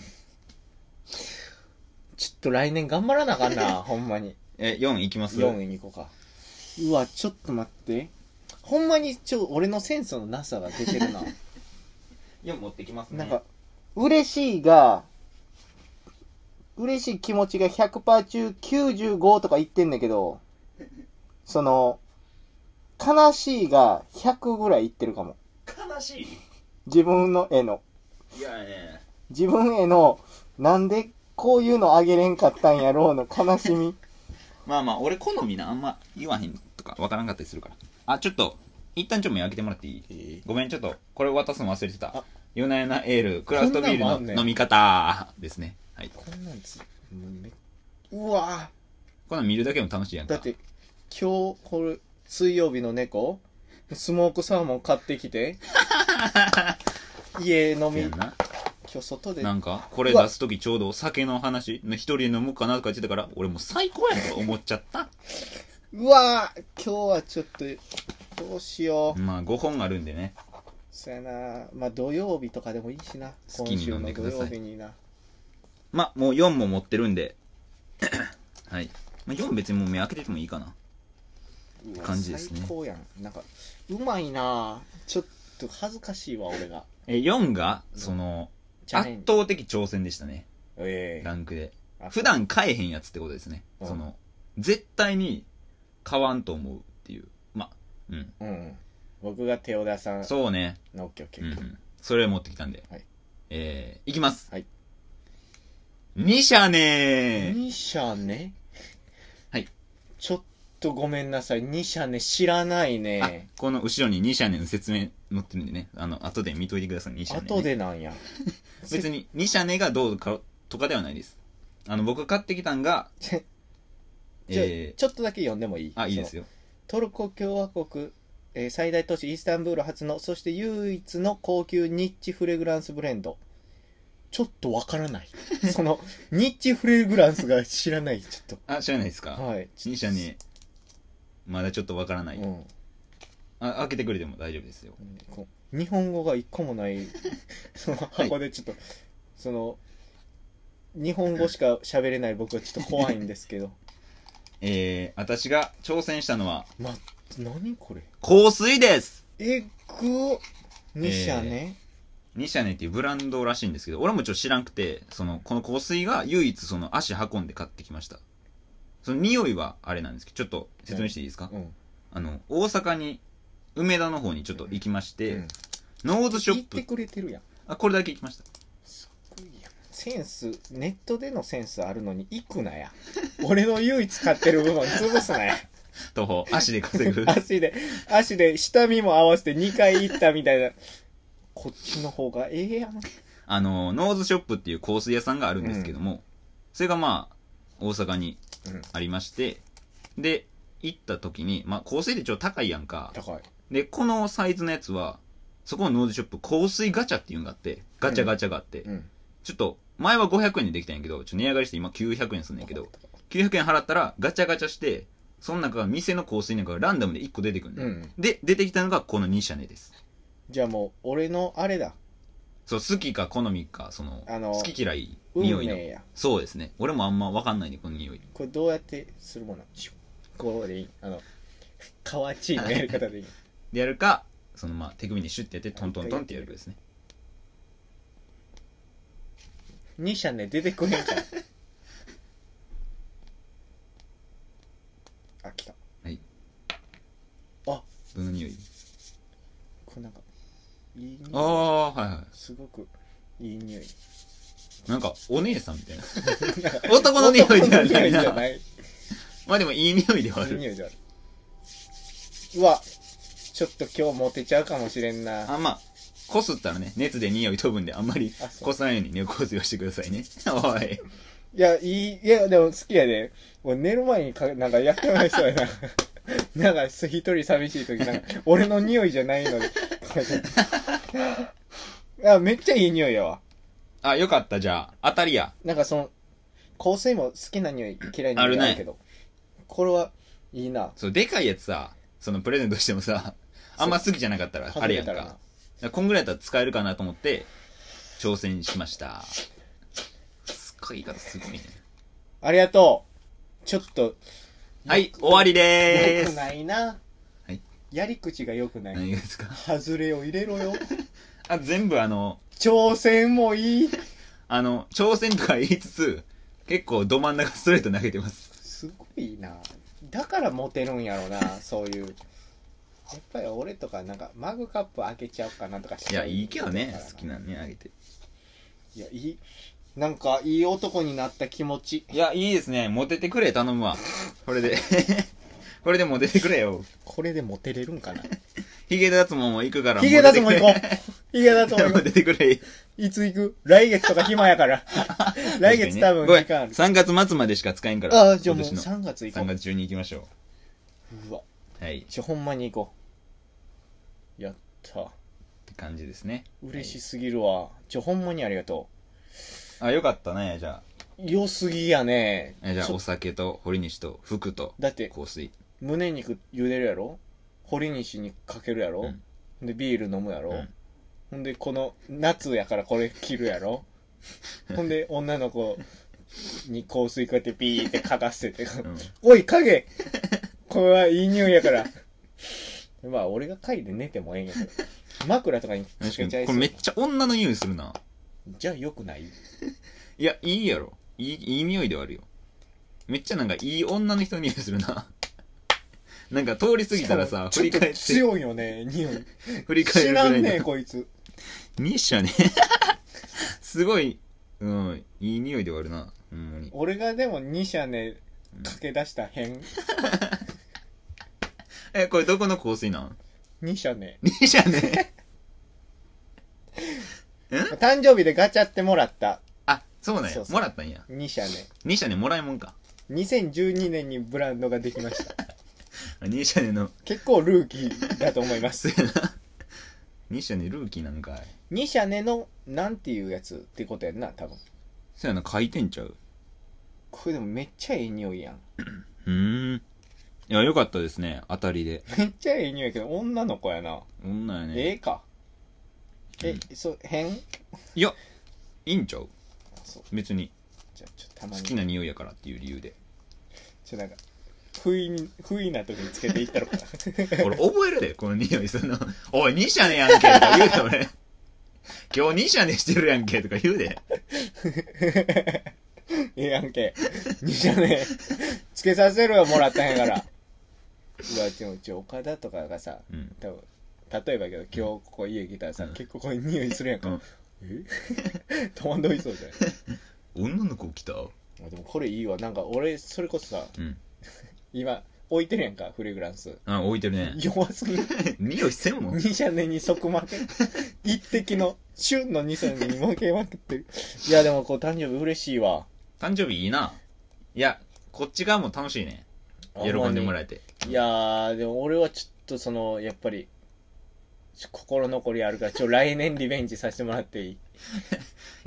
Speaker 2: ちょっと来年頑張らなあかん [laughs] なほんまに
Speaker 1: え、4いきます
Speaker 2: 4位に行こうかうわちょっと待ってほんまにちょ俺のセンスのなさが出てるな
Speaker 1: 4持ってきますね。
Speaker 2: なんか嬉しいが嬉しい気持ちが100%中95とか言ってんだけどその悲しいが100ぐらい言ってるかも
Speaker 1: 悲しい
Speaker 2: 自分の絵の
Speaker 1: いやね
Speaker 2: 自分へのなんでこういうのあげれんかったんやろうの悲しみ
Speaker 1: まあまあ俺好みなあんま言わへんとかわからんかったりするからあちょっと一旦ちょっと目開けてもらっていいごめんちょっとこれ渡すの忘れてた
Speaker 2: あ
Speaker 1: 夜な夜なエールクラフトビール
Speaker 2: こんなんもあ
Speaker 1: の
Speaker 2: んね
Speaker 1: 飲み方ですねはい
Speaker 2: こんなんつめうわ
Speaker 1: こんなん見るだけでも楽しいやん
Speaker 2: ー
Speaker 1: か
Speaker 2: だって今日これ水曜日の猫スモークサーモン買ってき [laughs] て家飲み
Speaker 1: やん
Speaker 2: 今
Speaker 1: な
Speaker 2: 日外で
Speaker 1: なんかこれ出す時ちょうどお酒の話の一人で飲むかなとか言ってたから俺もう最高やんと思っちゃった
Speaker 2: [laughs] うわー今日はちょっとどうしよう、
Speaker 1: まあ5本あるんでね
Speaker 2: そやなまあ土曜日とかでもいいしな
Speaker 1: 好きに飲んでください
Speaker 2: 今週の土曜日にな
Speaker 1: まあもう4も持ってるんで [coughs] はいまあ、4別にもう目開けててもいいかな。
Speaker 2: うわ
Speaker 1: 感じですね
Speaker 2: 最高やんなんかうまいなぁちょっと恥ずかしいわ俺が
Speaker 1: え、4が、その、
Speaker 2: チャ
Speaker 1: 圧
Speaker 2: レンジ
Speaker 1: 倒的挑戦でしたね。
Speaker 2: ええ
Speaker 1: ランクで。
Speaker 2: あ
Speaker 1: 普段買えへんやつってことですね。
Speaker 2: うん
Speaker 1: その、絶対に買わんと思うっていう。ま、うん。
Speaker 2: うん僕が手を出さん
Speaker 1: そうね。
Speaker 2: のオッケーオッケ
Speaker 1: うん
Speaker 2: ー
Speaker 1: う
Speaker 2: オッケー
Speaker 1: ん。それを持ってきたんで。
Speaker 2: はい
Speaker 1: えー、いきます。
Speaker 2: はい。
Speaker 1: 2社ねー。
Speaker 2: 二社ね
Speaker 1: はい
Speaker 2: ちょっとごめんなさい二社ね知らない
Speaker 1: あ
Speaker 2: ね、
Speaker 1: この後ろに2社ねの説明載ってるんでね。あの、後で見といてください、2社ね。
Speaker 2: 後。でなんや
Speaker 1: 別に、2社ねがどうかとかではないです。あの、僕が買ってきたんが
Speaker 2: ちょ、じゃあ
Speaker 1: えー、
Speaker 2: ちょっとだけ読んでもいい
Speaker 1: あ、いいですよ。
Speaker 2: トルコ共和国、えー最大都市イスタンブール発のそして唯一の高級ニッチフレグランスブレンドちょっとわから
Speaker 1: [laughs]
Speaker 2: ないそのニッチフレグランスが知らないちょっ
Speaker 1: あ、知らないです
Speaker 2: と
Speaker 1: か
Speaker 2: はい
Speaker 1: 2社ね、まだちょっとわからない、
Speaker 2: うん
Speaker 1: あ。開けてくれても大丈夫ですよ。
Speaker 2: こう日本語が一個もない [laughs] その箱でちょっと、その日本語しか喋れない僕はちょっと怖いんで
Speaker 1: [laughs]
Speaker 2: すけど
Speaker 1: えー、私が挑戦したのは、
Speaker 2: ま何これ
Speaker 1: 香水です
Speaker 2: えぐ二社ね、
Speaker 1: ニシャネっていうブランドらしいんですけど、俺もちょっと知らんくて、その、この香水が唯一その足運んで買ってきました。その匂いはあれなんですけど、ちょっと説明していいですか、
Speaker 2: うん
Speaker 1: あの、大阪に、梅田の方にちょっと行きまして、
Speaker 2: うん
Speaker 1: ノーズショ
Speaker 2: 言っ
Speaker 1: ッ
Speaker 2: て
Speaker 1: プ、
Speaker 2: くれてるやん
Speaker 1: あ、これだけ行きました。
Speaker 2: すごいやんセンスネットでのセンスあるのに行くなや [laughs] 俺の唯一買ってる部分潰すなや。
Speaker 1: 徒歩、足で稼ぐ
Speaker 2: 足で足で下見も合わせて2回行ったみたいなこっちの方がええやん
Speaker 1: あの、ノーズショップっていう香水屋さんがあるんですけども、それがまあ、大阪に
Speaker 2: うん
Speaker 1: ありまして、で、行った時に、まあ、香水ってちょっと高いやんか。
Speaker 2: 高い
Speaker 1: で、このサイズのやつは、そこのノーズショップ、香水ガチャっていうのがあって、ガチャガチャがあって、
Speaker 2: うん
Speaker 1: ちょっと、前は500円でできたんやけど、ちょっと値上がりして今900円すんねんけど、900円払ったらガチャガチャして、その中から店の香水なんかがランダムで1個出てくるんだよ、
Speaker 2: うん
Speaker 1: で、出てきたのがこの2社ねです。
Speaker 2: じゃあもう俺のあれだ
Speaker 1: そう、好きか好みか、その、
Speaker 2: あの
Speaker 1: 好き嫌い、
Speaker 2: 運
Speaker 1: 匂いの。
Speaker 2: 命や
Speaker 1: そうですね。俺もあんまわかんないね、この匂い。
Speaker 2: これどうやってするものシュッこうでいいあのかわちいのや
Speaker 1: [laughs]
Speaker 2: り方でいい
Speaker 1: でやるか、そのまあ手首にシュッてやってトントントンってやるですね。
Speaker 2: 2社ね出てくれ
Speaker 1: [laughs]
Speaker 2: んからあ来た
Speaker 1: どの匂い
Speaker 2: これなんかいい匂い
Speaker 1: ああ、はいは
Speaker 2: すごくいい匂い
Speaker 1: い。なんか、お姉さんみたいな。 [laughs] 男の匂いじゃな
Speaker 2: 男の匂
Speaker 1: い
Speaker 2: いじ
Speaker 1: な
Speaker 2: ゃないい
Speaker 1: [laughs] まあでもいい匂いではあ
Speaker 2: い
Speaker 1: る。
Speaker 2: 匂いじゃあるうわちょっと今日モテちゃうかもしれんな
Speaker 1: あ、まあ、こすったらね、熱で匂い飛ぶんで、あんまり
Speaker 2: あそう
Speaker 1: こさないようにね、香水をしてくださいね。 [laughs] おい。
Speaker 2: いや、いい、いや、でも好きやで。俺寝る前にか、なん [laughs] かやってもらいそうやな。なんか、一人寂しい時、なんか、俺の匂いじゃないのに。こうや [laughs] ってあ、めっちゃいい匂いやわ。
Speaker 1: あ、よかった、じゃあ。当たりや。
Speaker 2: なんかその、香水も好きな匂い、嫌いな匂いあるけど。これは、いいな。
Speaker 1: そう、でかいやつさ、そのプレゼントしてもさ、あんま好きじゃなかったら、あ
Speaker 2: 外
Speaker 1: れやん
Speaker 2: れた
Speaker 1: か。
Speaker 2: らな
Speaker 1: だか。らこんぐらいだったら使えるかなと思って、挑戦しました。すっごい言い方すごいね。
Speaker 2: ありがとう。ちょっと、
Speaker 1: はい、終わりで
Speaker 2: 良
Speaker 1: ー
Speaker 2: く [laughs]
Speaker 1: す。
Speaker 2: ないな。
Speaker 1: はい
Speaker 2: やり口が良くない。
Speaker 1: 何がですか
Speaker 2: 外れを入れろよ。
Speaker 1: あ、全部あの、
Speaker 2: 挑戦もいい。
Speaker 1: あの、挑戦とか言いつつ、結構ど真ん中ストレート投げてます。
Speaker 2: すごいなだからモテるんやろなそういうやっぱり俺とかなんかマグカップ開けちゃおうかなとかし
Speaker 1: い
Speaker 2: ちゃ
Speaker 1: や、
Speaker 2: う
Speaker 1: いいけど
Speaker 2: だ
Speaker 1: ね
Speaker 2: から、
Speaker 1: 好きなのね、あげて。
Speaker 2: いやいいなんかいい男になった気持ち
Speaker 1: いや、いいですね。モテてくれ、頼むわ。これで。 [laughs] これでモテてくれよ。
Speaker 2: これでモテれるん
Speaker 1: [laughs]
Speaker 2: かな
Speaker 1: ヒゲ脱毛も行くから。
Speaker 2: ヒゲ脱毛行こ
Speaker 1: モ
Speaker 2: うヒゲ脱毛行こ
Speaker 1: テてくれモテてくれ。
Speaker 2: う [laughs] いつ行く来月とか暇やから
Speaker 1: [laughs]
Speaker 2: 来月多分
Speaker 1: ごめん
Speaker 2: 時間ある、
Speaker 1: 3月末までしか使えんから。
Speaker 2: ああじゃあもう
Speaker 1: 今年の
Speaker 2: 3月行こ
Speaker 1: 3
Speaker 2: う
Speaker 1: 月中に行きましょ
Speaker 2: うわ
Speaker 1: う。はい。っ
Speaker 2: ちょほんまに行こうやった
Speaker 1: て感じですね。
Speaker 2: 嬉しすぎるわちょほんまにありがと
Speaker 1: あ、よかったね、じゃ
Speaker 2: う良すぎやね
Speaker 1: あ。えじゃ
Speaker 2: ち
Speaker 1: あ、
Speaker 2: ょ
Speaker 1: お酒と、堀西と、服と、
Speaker 2: だって
Speaker 1: 香水。
Speaker 2: 胸肉茹でるやろ堀西にかけるやろ、
Speaker 1: うん
Speaker 2: ほんでビール飲むやろ、
Speaker 1: うん [laughs]
Speaker 2: ほんでこの夏やからこれ着るやろほんで女の子に香水こうやってピーって嗅がせてて、
Speaker 1: うん。
Speaker 2: おい、影これはいい匂いやから。まあ、俺が嗅いで寝てもええんやけど。枕とかにか
Speaker 1: 確か
Speaker 2: け
Speaker 1: に。
Speaker 2: ちゃい
Speaker 1: こ
Speaker 2: そ
Speaker 1: れ
Speaker 2: う
Speaker 1: めっちゃ女の匂いするな。
Speaker 2: じゃあ良くない
Speaker 1: いや、いいやろ。いい、いい匂いではあるよ。めっちゃなんかいい女の人の匂いするな。 [laughs] なんか通り過ぎたらさ、
Speaker 2: ち
Speaker 1: 振
Speaker 2: ょっ
Speaker 1: り
Speaker 2: と
Speaker 1: 返って、
Speaker 2: 強いよね、匂い。
Speaker 1: 振り返
Speaker 2: 知
Speaker 1: るぐら
Speaker 2: ら
Speaker 1: いの。
Speaker 2: んねこいつ。
Speaker 1: ニッシャね。 [laughs] すごい、うん、いい匂いではあるな。ほんまに。
Speaker 2: 俺がでも2社ね、駆け出した変。
Speaker 1: え、これどこの香水なん
Speaker 2: 2社ね。
Speaker 1: ニッシャね。
Speaker 2: 誕生日でガチャってもらった
Speaker 1: [laughs] あ、そうなん
Speaker 2: そ
Speaker 1: や
Speaker 2: う。そう
Speaker 1: もらったんや。
Speaker 2: 2社ね。
Speaker 1: ニッシャね、もらいもんか。
Speaker 2: 2012年にブランドができました。
Speaker 1: ニッシャねの、
Speaker 2: 結構ルーキーだと思います。
Speaker 1: [laughs] そうやな。ニッシャね、ルーキーなんかい。
Speaker 2: 2社ねの、なんていうやつってことやんな、多分。
Speaker 1: そうやな、書いてんちゃう。
Speaker 2: これでもめっちゃええ匂いやん。
Speaker 1: うーん。いや、よかったですね。当たりで。
Speaker 2: めっちゃええ匂いやけど、女の子やな。
Speaker 1: 女や
Speaker 2: え
Speaker 1: ね。
Speaker 2: えか。え、そう、変
Speaker 1: いや、いいんちゃう
Speaker 2: そう。
Speaker 1: 別に。
Speaker 2: じゃあ、ちょっとたま
Speaker 1: 好
Speaker 2: に。
Speaker 1: きな匂いやからっていう理由で。
Speaker 2: ちょ、なんか、不意に、不意な時につけていったろかな。
Speaker 1: [laughs]
Speaker 2: [laughs]
Speaker 1: 俺覚えるで、この匂い。その、おい、ニシャネやんけとか言うで、俺。今日ニシャネしてるやんけとか言うで。
Speaker 2: ええやんけ。にじゃねつけさせるよ、もらったんやから。うわ、でもうち、岡田とかがさ、
Speaker 1: うん。
Speaker 2: 多分例えばやけど、今日ここ家来たらさ、
Speaker 1: うん
Speaker 2: 結構こういう匂いするやんか。
Speaker 1: うん
Speaker 2: え [laughs] 戸惑いそうじゃない
Speaker 1: 女の子来た
Speaker 2: あでもこれいいわ。なんか俺、それこそさ、
Speaker 1: うん。
Speaker 2: 今、置いてるやんか、フレグランス。
Speaker 1: あ、置いてるね。
Speaker 2: 弱すぎる。
Speaker 1: 匂いせんもん。
Speaker 2: 二社ネに即負け。一滴の、旬の二社ネに負けまくってる。いや、でもこう、誕生日嬉しいわ。
Speaker 1: 誕生日いいな。いや、こっち側も楽しいね。喜んでもらえて。
Speaker 2: いやー、でも俺はちょっとその、やっぱり、ちょ心残りあるから、ちょ、来年リベンジさせてもらっていい
Speaker 1: い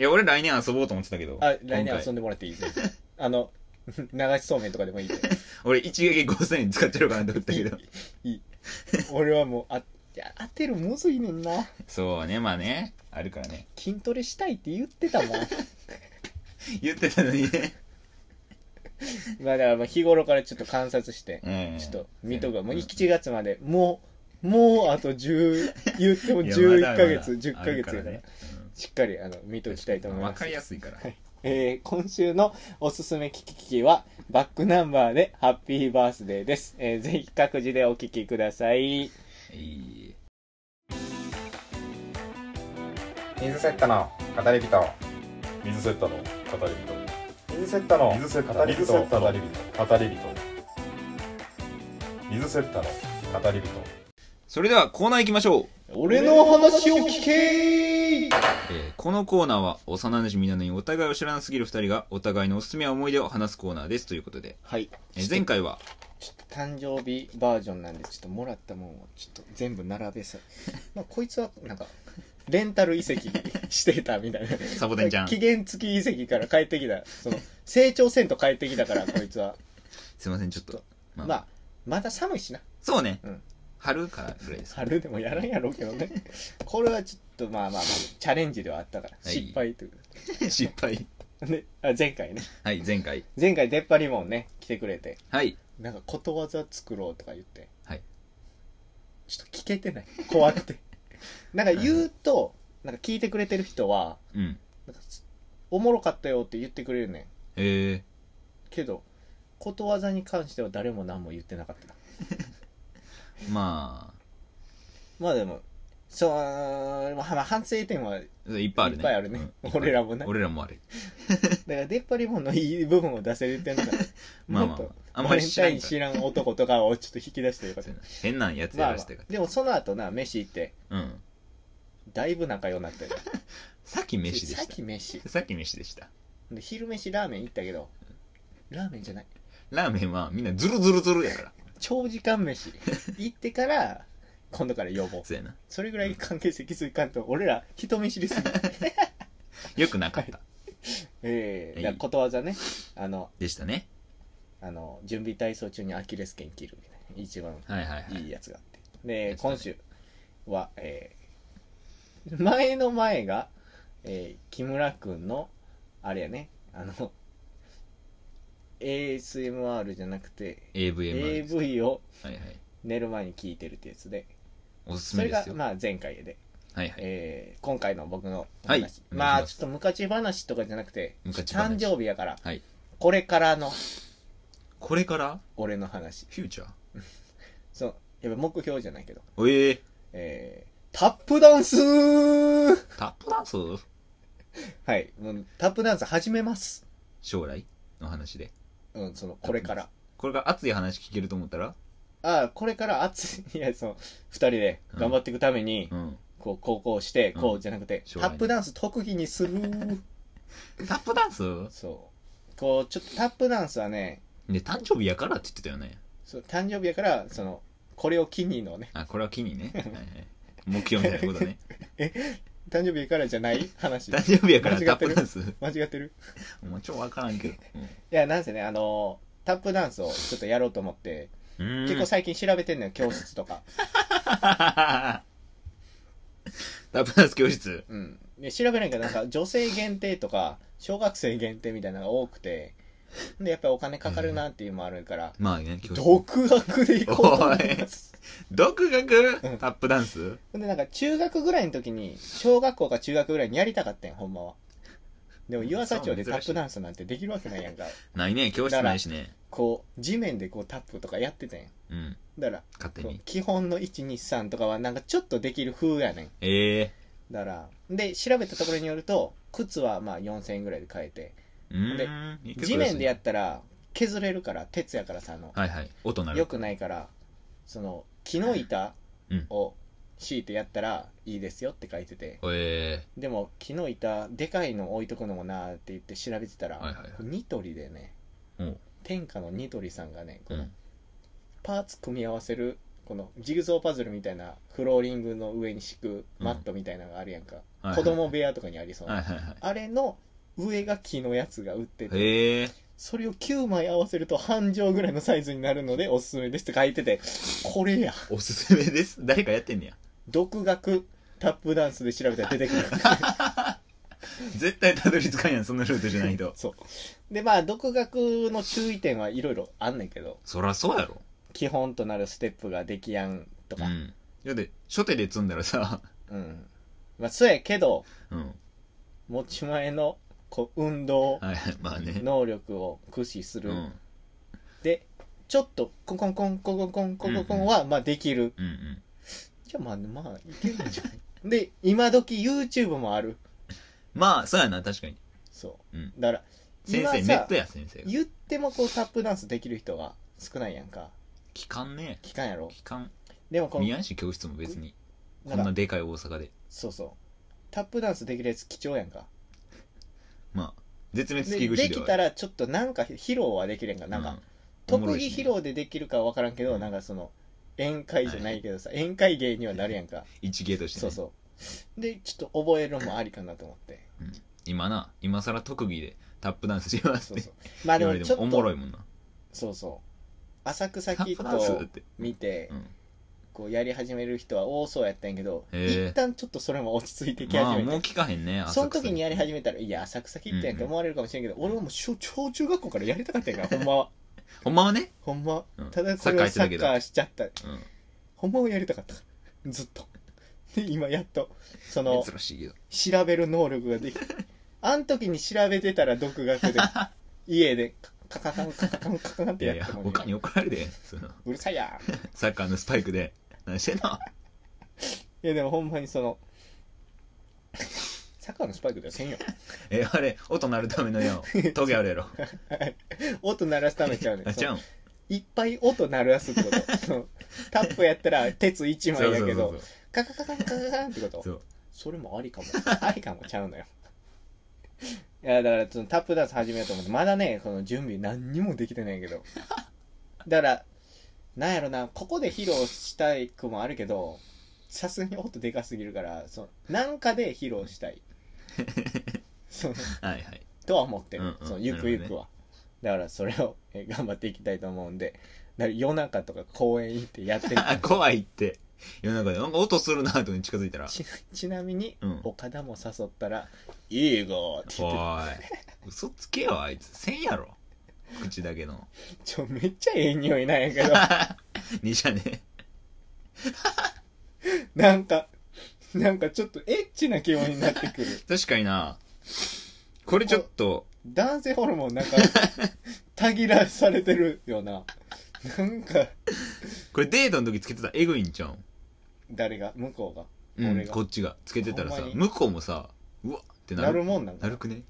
Speaker 1: や、俺来年遊ぼうと思ってたけど。
Speaker 2: あ、来年遊
Speaker 1: ぼ
Speaker 2: んでもらっていい全然 [laughs] あの、流しそうめんとかでもいいけど
Speaker 1: 俺一撃5000円使ってるかなと思ったけど。
Speaker 2: いい。俺はもう、あ、いや、当てるむずいねんな。
Speaker 1: [laughs] そうね、まあね。あるからね。
Speaker 2: 筋トレしたいって言っ
Speaker 1: [laughs]
Speaker 2: てたもん。
Speaker 1: 言ってたのにね。
Speaker 2: まあだからまあ日頃からちょっと観察して、
Speaker 1: うん。
Speaker 2: ちょっと見とくわ。もう
Speaker 1: うん
Speaker 2: 7月まで、もう、もうあと10、
Speaker 1: [laughs]
Speaker 2: 言っても
Speaker 1: いやまだ
Speaker 2: 11ヶ月、
Speaker 1: まだ
Speaker 2: 10ヶ月やか
Speaker 1: ある
Speaker 2: ら、
Speaker 1: ね
Speaker 2: しっかりあの見ときたいと思い
Speaker 1: わ
Speaker 2: ます
Speaker 1: か。りやすいから。
Speaker 2: えー今週のおすすめ聞き聞きは、バックナンバーでハッピーバースデーです。えーぜひ各自でお聞きくださ
Speaker 1: い
Speaker 2: い。
Speaker 1: い
Speaker 3: 水セットの語り人
Speaker 4: 水セッタの語り
Speaker 3: 水セットの
Speaker 4: 人水セッタ水セッタの語り人語り人水セッタの語り人
Speaker 1: それではコーナー行きましょう。
Speaker 2: 俺の話を聞け
Speaker 1: えーこのコーナーは幼馴染みなのにお互いを知らなすぎる二人がお互いのおすすめや思い出を話すコーナーですということで、
Speaker 2: はい。
Speaker 1: えー前回は
Speaker 2: ちょっと誕生日バージョンなんで、ちょっともらったもんをちょっと全部
Speaker 1: [laughs]
Speaker 2: 並べさ。まあ、こいつはなんか、レンタル遺跡してたみたいな。
Speaker 1: サボテンちゃん
Speaker 2: 期限付き遺跡から帰ってきた。その、成長せんと帰ってき
Speaker 1: [laughs]
Speaker 2: たから、こいつは。
Speaker 1: すいませんちょっと
Speaker 2: ちょっ
Speaker 1: まあ、
Speaker 2: まあ、まだ寒いしな。
Speaker 1: そうね、
Speaker 2: うん
Speaker 1: 春からぐらいです
Speaker 2: 春でもやらんやろうけ
Speaker 1: [laughs]
Speaker 2: どねこれはちょっとまあまあまあチャレンジではあったから
Speaker 1: はい
Speaker 2: 失敗という、
Speaker 1: [laughs] 失敗
Speaker 2: であ前回ね
Speaker 1: はい前回
Speaker 2: 前回出っ張りもんね来てくれて
Speaker 1: はい
Speaker 2: なんかことわざ作ろうとか言って
Speaker 1: はい
Speaker 2: ちょっと聞けてない
Speaker 1: [laughs]
Speaker 2: 怖くてなんか言うとなんか聞いてくれてる人は
Speaker 1: うん
Speaker 2: なんかおもろかったよって言ってくれるねん
Speaker 1: え
Speaker 2: けどことわざに関しては誰も何も言ってなかったな
Speaker 1: ー、ま
Speaker 2: まあでもそうまあまあ反省点はいっ
Speaker 1: あいっぱいあるね
Speaker 2: ぱいあるね、
Speaker 1: うん
Speaker 2: 俺らもね
Speaker 1: 俺らもある
Speaker 2: だから出っ張りもんのいい部分を出せるっていうのが
Speaker 1: [laughs] まあまあまあ
Speaker 2: もっと
Speaker 1: あんまり知らん
Speaker 2: バ
Speaker 1: か
Speaker 2: レン
Speaker 1: ら
Speaker 2: タイン知らん男とかをちょっと引き出してよ
Speaker 1: [laughs]
Speaker 2: かった
Speaker 1: 変なやつ
Speaker 2: ま
Speaker 1: や
Speaker 2: あ、
Speaker 1: ら
Speaker 2: ま
Speaker 1: せ
Speaker 2: あ
Speaker 1: てか、
Speaker 2: でもその後な飯行って
Speaker 1: うん
Speaker 2: だいぶ仲良くなったよ
Speaker 1: さっき飯で
Speaker 2: さっ
Speaker 1: した
Speaker 2: き飯
Speaker 1: さっき飯でした
Speaker 2: で昼飯ラーメン行ったけどラーメンじゃない
Speaker 1: ラーメンはみんなズルズルズルや
Speaker 2: [laughs]
Speaker 1: から
Speaker 2: 長時
Speaker 1: [laughs]
Speaker 2: 間飯行ってから今度から呼ぼう
Speaker 1: そうやな
Speaker 2: それぐらい関係性気づいかんと俺ら人見知りすぎ
Speaker 1: よくなかった
Speaker 2: ええ
Speaker 1: はい
Speaker 2: だからことわざねあの
Speaker 1: でしたね
Speaker 2: あの準備体操中にアキレス腱切るみたいな一番
Speaker 1: はいはいはい
Speaker 2: いいやつがあって。で
Speaker 1: や、つだね
Speaker 2: 今週は、えー前の前が、えー木村くんの、あれやね、あの、 ASMR じゃなくて
Speaker 1: AVMR です。
Speaker 2: AV を
Speaker 1: はいはい。
Speaker 2: 寝る前に聞いてるってやつで
Speaker 1: おすす
Speaker 2: そ
Speaker 1: め
Speaker 2: れ
Speaker 1: で
Speaker 2: が
Speaker 1: すよ。
Speaker 2: まあ前回で、
Speaker 1: はいはい。
Speaker 2: えー今回の僕のお
Speaker 1: はいお
Speaker 2: 話、
Speaker 1: 願いします
Speaker 2: まあちょっと昔話とかじゃなくて
Speaker 1: 昔話
Speaker 2: 誕生日やから
Speaker 1: はい。
Speaker 2: これからの
Speaker 1: これから
Speaker 2: 俺の話
Speaker 1: フューチャ
Speaker 2: そのやっぱ目標じゃないけど、
Speaker 1: ーええ
Speaker 2: えー、タップダンス
Speaker 1: ー、タップダンス
Speaker 2: [laughs] はいもうタップダンス始めます
Speaker 1: 将来の話で。
Speaker 2: うんそのこれから
Speaker 1: これから熱い話聞けると思ったら
Speaker 2: ああこれから熱いい [laughs] やその2人で頑張っていくために、
Speaker 1: うん。
Speaker 2: こうこうこうしてこ
Speaker 1: う
Speaker 2: うんじゃなくて、
Speaker 1: 将来
Speaker 2: タ
Speaker 1: の
Speaker 2: ップダンス特技にする [laughs]
Speaker 1: タップダンス
Speaker 2: そうこうちょっとタップダンスはね
Speaker 1: で、誕生日やからって言ってたよね。
Speaker 2: そう誕生日やからそのこれを機にのね
Speaker 1: あ、これは気に
Speaker 2: [laughs]
Speaker 1: ね。はいはい。目標みたいなことね。
Speaker 2: 誕生日やからじゃない [laughs] 話
Speaker 1: 誕生日やからタ
Speaker 2: [laughs] 間
Speaker 1: ッ
Speaker 2: 違って
Speaker 1: プ
Speaker 2: る
Speaker 1: ダンス。
Speaker 2: 間違ってる
Speaker 1: もう超わからんけど。
Speaker 2: いやなんせねあのータップダンスをちょっとやろうと思って、
Speaker 1: うん。
Speaker 2: 結構最近調べてんのよ教室とか
Speaker 1: タップダンス教室。
Speaker 2: うんで調べないけどなんか女性限定とか小学生限定みたいなのが多くてでやっぱりお金かかるなっていうのもあるから、
Speaker 1: まあね、教室。
Speaker 2: 独学で行こうと思います
Speaker 1: 独学
Speaker 2: うん
Speaker 1: タップダンス
Speaker 2: ほんでなんか中学ぐらいの時に小学校か中学ぐらいにやりたかったんほんまはでも湯浅町でタップダンスなんてできるわけないやんか
Speaker 1: ないね、教室ないしね。
Speaker 2: こう地面でこうタップとかやってたんや
Speaker 1: うん。
Speaker 2: だから
Speaker 1: 勝手
Speaker 2: こう
Speaker 1: に。
Speaker 2: 基本の123とかはなんかちょっとできる風やねん
Speaker 1: ええ
Speaker 2: だからで調べたところによると靴はまあ4000円ぐらいで買えて
Speaker 1: うーん。
Speaker 2: 地面でや
Speaker 1: っ
Speaker 2: ったら削れるから鉄やからさあの
Speaker 1: はいはい。音鳴
Speaker 2: 良
Speaker 1: る。
Speaker 2: くないからその木の板
Speaker 1: うん
Speaker 2: を敷いてやったらいいですよって書いてて
Speaker 1: え
Speaker 2: でも木の板でかいの置いとくのもなーって言って調べてたら、
Speaker 1: はいはいはい
Speaker 2: これニトリでね
Speaker 1: えうん。
Speaker 2: 天下のニトリさんがねこ
Speaker 1: う
Speaker 2: の
Speaker 1: ん。
Speaker 2: パーツ組み合わせるこのジグゾーパズルみたいなフローリングの上に敷くマットみたいなのがあるやんか、
Speaker 1: はいはい
Speaker 2: 子供部屋とかにありそうな、
Speaker 1: はいはいはい。
Speaker 2: あれの上が木のやつが売ってて
Speaker 1: へえ
Speaker 2: それを9枚合わせると半畳ぐらいのサイズになるのでおすすめですって書いててこれや
Speaker 1: おすすめです。誰かやってんねや。
Speaker 2: 独学タップダンスで調べたら出
Speaker 1: [laughs]
Speaker 2: てくる。
Speaker 1: 絶対たどり着かんやん、そんなルートじゃないと
Speaker 2: そうでまあ独学の注意点はいろいろあんねんけど
Speaker 1: そらそうやろ。
Speaker 2: 基本となるステップができやんと
Speaker 1: う
Speaker 2: か
Speaker 1: ん。だって、初手で積んだらさ、
Speaker 2: うん、まあそうやけど
Speaker 1: うん。
Speaker 2: 持ち前のこう運動
Speaker 1: はいはい、まあね。
Speaker 2: 能力を駆使す
Speaker 1: うん。
Speaker 2: る、
Speaker 1: うん
Speaker 2: でちょっとコンコンコンコンコンコンコンコンコンはまあできる、
Speaker 1: うん。
Speaker 2: じゃあまあまあいけるんじゃない [laughs] で今時 YouTube もある
Speaker 1: まあ、そうやな、確かに。
Speaker 2: そう、
Speaker 1: うん
Speaker 2: だから
Speaker 1: 先
Speaker 2: 今
Speaker 1: 生、
Speaker 2: さ
Speaker 1: ネットや、先生が。
Speaker 2: 言ってもこうタップダンスできる人が少ないやんか
Speaker 1: 期間ね。
Speaker 2: 聞かんやろ
Speaker 1: 期間。
Speaker 2: でもこ
Speaker 1: 宮市教室も別に。こ
Speaker 2: のなんん
Speaker 1: な
Speaker 2: か
Speaker 1: でかい大阪で。
Speaker 2: そうそうタップダンスできるやつ貴重やんか
Speaker 1: まあ、絶滅
Speaker 2: で
Speaker 1: 危惧種
Speaker 2: で
Speaker 1: で
Speaker 2: き
Speaker 1: は
Speaker 2: た
Speaker 1: ある。
Speaker 2: らちょっとなんか披露はできるやんかなんか、
Speaker 1: おも
Speaker 2: 特
Speaker 1: ろい
Speaker 2: 技
Speaker 1: しね
Speaker 2: 披露でできるかは分からんけど、
Speaker 1: うん
Speaker 2: なんかその宴会じゃないけどさ、宴会芸にはなるや
Speaker 1: [laughs]
Speaker 2: んか
Speaker 1: 一芸としてね。
Speaker 2: そうそうでちょっと覚えるのもありかなと思
Speaker 1: [laughs]
Speaker 2: って
Speaker 1: 今な、今更特技でタップダンスします
Speaker 2: そ
Speaker 1: っ
Speaker 2: う
Speaker 1: て
Speaker 2: そうまあで
Speaker 1: 言わ
Speaker 2: も
Speaker 1: れ
Speaker 2: ち
Speaker 1: て
Speaker 2: ょっ
Speaker 1: も
Speaker 2: と
Speaker 1: おもろいもんな。
Speaker 2: そうそう浅草
Speaker 1: タ
Speaker 2: キ
Speaker 1: ップ
Speaker 2: ッ
Speaker 1: ダンスっ
Speaker 2: ド
Speaker 1: て。
Speaker 2: 見て、
Speaker 1: うん。
Speaker 2: こうやり始める人は多そうやったんやけど、
Speaker 1: へえ
Speaker 2: 一旦ちょっとそれも落ち着いてき
Speaker 1: まあ、
Speaker 2: 始
Speaker 1: もう
Speaker 2: めて、
Speaker 1: 聞かへんね、
Speaker 2: その時にやり始
Speaker 1: め
Speaker 2: めたらいや浅草キッドやんって思われるかもしれんけど、俺はもう小小中学校からやりたかったんやからほんまは
Speaker 1: ほんまはね。
Speaker 2: ほんま
Speaker 1: うん
Speaker 2: ただこれはサ
Speaker 1: サッカーやってた
Speaker 2: ッ
Speaker 1: け
Speaker 2: カ
Speaker 1: ど
Speaker 2: ーしちゃった
Speaker 1: うん。
Speaker 2: ほんまはやりたかったずっとで今やっとその
Speaker 1: 珍しいけど
Speaker 2: 調べる能力ができあん時に調べてたら独学で家でカカカンカカカンカカカンっ
Speaker 1: い
Speaker 2: て
Speaker 1: や
Speaker 2: や
Speaker 1: い
Speaker 2: っ
Speaker 1: や
Speaker 2: てもんね
Speaker 1: 他に怒られるでその
Speaker 2: うるさいやんい
Speaker 1: サッカーのスパイクで何してんの [laughs]
Speaker 2: やでもほんまにそのサッカーのスパイクではせんよ
Speaker 1: えあれ音鳴るためのよトゲある
Speaker 2: [laughs]
Speaker 1: やろ
Speaker 2: 音鳴らすためちゃうね
Speaker 1: [laughs] あ
Speaker 2: ん
Speaker 1: ちゃうん
Speaker 2: いっぱい音鳴らすってことそのタップやったら鉄1枚
Speaker 1: そう
Speaker 2: や
Speaker 1: そう
Speaker 2: け
Speaker 1: そ
Speaker 2: ど
Speaker 1: う
Speaker 2: カカカカンカカカンってこと
Speaker 1: そうそう
Speaker 2: それもありかもありかもちゃうのよいやだからそのタップダンス始めようと思ってまだねこの準備何にもできてないんやけどだからなんやろなここで披露したいくもあるけどさすがに音でかすぎるからそのなんかで披露したいその
Speaker 1: はいはい
Speaker 2: とは思ってる、
Speaker 1: うんうん
Speaker 2: そのゆくゆくは、だからそれをえ頑張っていきたいと思うんでだから夜中とか公園行ってやって
Speaker 1: [laughs]
Speaker 2: み
Speaker 1: あ
Speaker 2: て
Speaker 1: 怖いって世の中でなんか音するなとに近づいたら
Speaker 2: ち [laughs] ちなみに、
Speaker 1: うん
Speaker 2: 岡田も誘ったら「いいよ」って
Speaker 1: お
Speaker 2: 言って
Speaker 1: い嘘つけよあいつせんやろ口だけの。
Speaker 2: ちょ、めっちゃええ匂いなんやけど。 [laughs]
Speaker 1: [laughs] にじゃね。
Speaker 2: なんか、なんかちょっとエッチな気分になってくる。
Speaker 1: 確かにな。これちょっと、
Speaker 2: 男性ホルモンなんか、たぎらされてるよな。なんか、
Speaker 1: これデートの時つけてたらエグいんちゃうん
Speaker 2: 誰が向こうが。
Speaker 1: う
Speaker 2: 俺
Speaker 1: ん、
Speaker 2: が
Speaker 1: こっちがつけてたら
Speaker 2: ほ
Speaker 1: さ
Speaker 2: んまに
Speaker 1: 向こうもさうわってな
Speaker 2: な
Speaker 1: る
Speaker 2: るもんなん
Speaker 1: な
Speaker 2: か
Speaker 1: るくね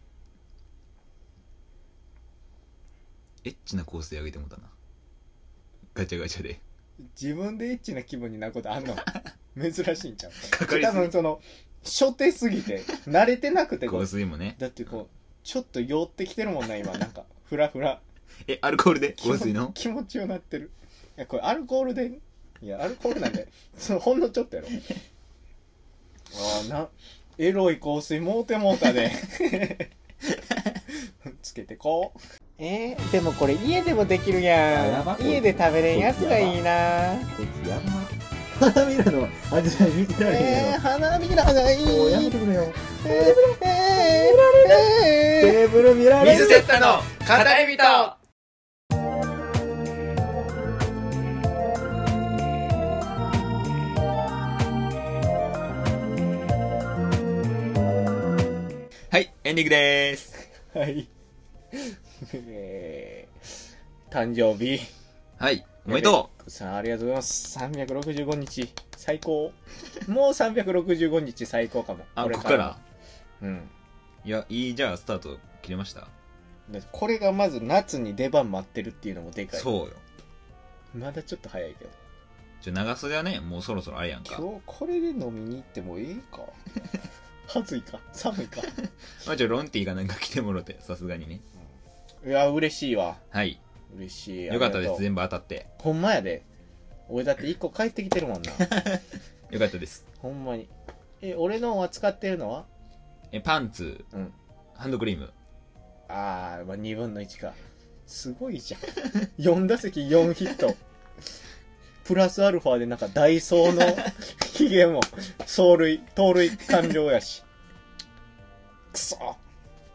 Speaker 1: エッチな構成上げてもうたなガチャガチャで
Speaker 2: 自分でエッチな気分になることあんの珍しいんちゃう
Speaker 1: かかり
Speaker 2: 多
Speaker 1: す
Speaker 2: 分
Speaker 1: ぎ
Speaker 2: その初手すぎて慣れてなくてこ
Speaker 1: 香
Speaker 2: う
Speaker 1: 水もね
Speaker 2: だってこうちょっと酔ってきてるもんな今なんかフラフラ
Speaker 1: えアルコー
Speaker 2: [laughs]
Speaker 1: ルで
Speaker 2: 気持
Speaker 1: 香水の
Speaker 2: 気持ちよなってるいやこれアルコールでいやアルコール
Speaker 1: [laughs]
Speaker 2: なんでそのほんのちょっとやろああなエロい香水もうてもうたで [laughs] つけてこうえー、でもこれ家でもできる
Speaker 5: や
Speaker 2: や
Speaker 5: ば
Speaker 2: ん家で食べれんやつがいいな
Speaker 5: こいつやば花びらのアジサイ見てられへん
Speaker 2: えー、
Speaker 5: よ、
Speaker 2: 花びらがいい
Speaker 5: もうやめてくれよ
Speaker 2: えー、えー、えー、
Speaker 5: テーブル見られる
Speaker 1: 水セッタの語り人はいエンディングでーす
Speaker 2: はい。えー、誕生日。
Speaker 1: はいおめでと
Speaker 2: さんありがとうございます。365日、最高。もう365日最高かも。
Speaker 1: うあここから
Speaker 2: ら。うん。
Speaker 1: いやいいじゃあスタート切れました
Speaker 2: だってこれがまず夏に出番待ってるっていうのもでかい。
Speaker 1: そうよ
Speaker 2: まだちょっと早いけど。
Speaker 1: じゃ長袖はねもうそろそろあれやんか
Speaker 2: 今日これで飲みに行ってもいい
Speaker 1: [laughs]
Speaker 2: か暑いか寒いか。
Speaker 1: まあじゃあロンティーがなんか来てもろてさすがにね
Speaker 2: [laughs] いや、嬉しいわ。
Speaker 1: はい
Speaker 2: 嬉しい。
Speaker 1: よかったで
Speaker 2: ありが
Speaker 1: す
Speaker 2: とう
Speaker 1: 全部当たって
Speaker 2: ほんまやで。俺だって一個帰ってきてるもんな。 [laughs]
Speaker 1: よかったです
Speaker 2: ほんまに。え、俺のは使ってるのは
Speaker 1: えパンツ、
Speaker 2: うん
Speaker 1: ハンドクリーム
Speaker 2: ああ、まあ、2分の1か。すごいじ
Speaker 1: [laughs]
Speaker 2: ゃん。4打席4ヒット。プラスアルファでなんかダイソーの
Speaker 1: [laughs]
Speaker 2: 期限も、走塁、盗塁完了やし。くそ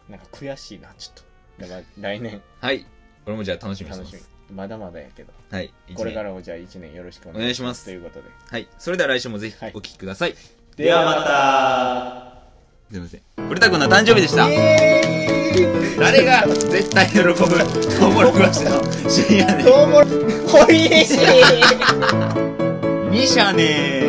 Speaker 2: なんか悔しいな、ちょっと。まあ、来年
Speaker 1: はい俺もじゃあ楽しみにして
Speaker 2: 楽
Speaker 1: ま
Speaker 2: し
Speaker 1: す
Speaker 2: み。まだまだやけど。
Speaker 1: はい一年
Speaker 2: これからもじゃあ1年よろしくお願いします。
Speaker 1: お願
Speaker 2: ということで。
Speaker 1: はいそれでは来週もぜひ
Speaker 2: はい
Speaker 1: お聞きください、
Speaker 2: ではま
Speaker 1: すいません古田君の誕生日でした、誰が絶対喜ぶ [laughs] トウモロコシの深夜
Speaker 2: た
Speaker 1: ね
Speaker 2: [laughs] どうも、ほいしい
Speaker 1: 2社ねー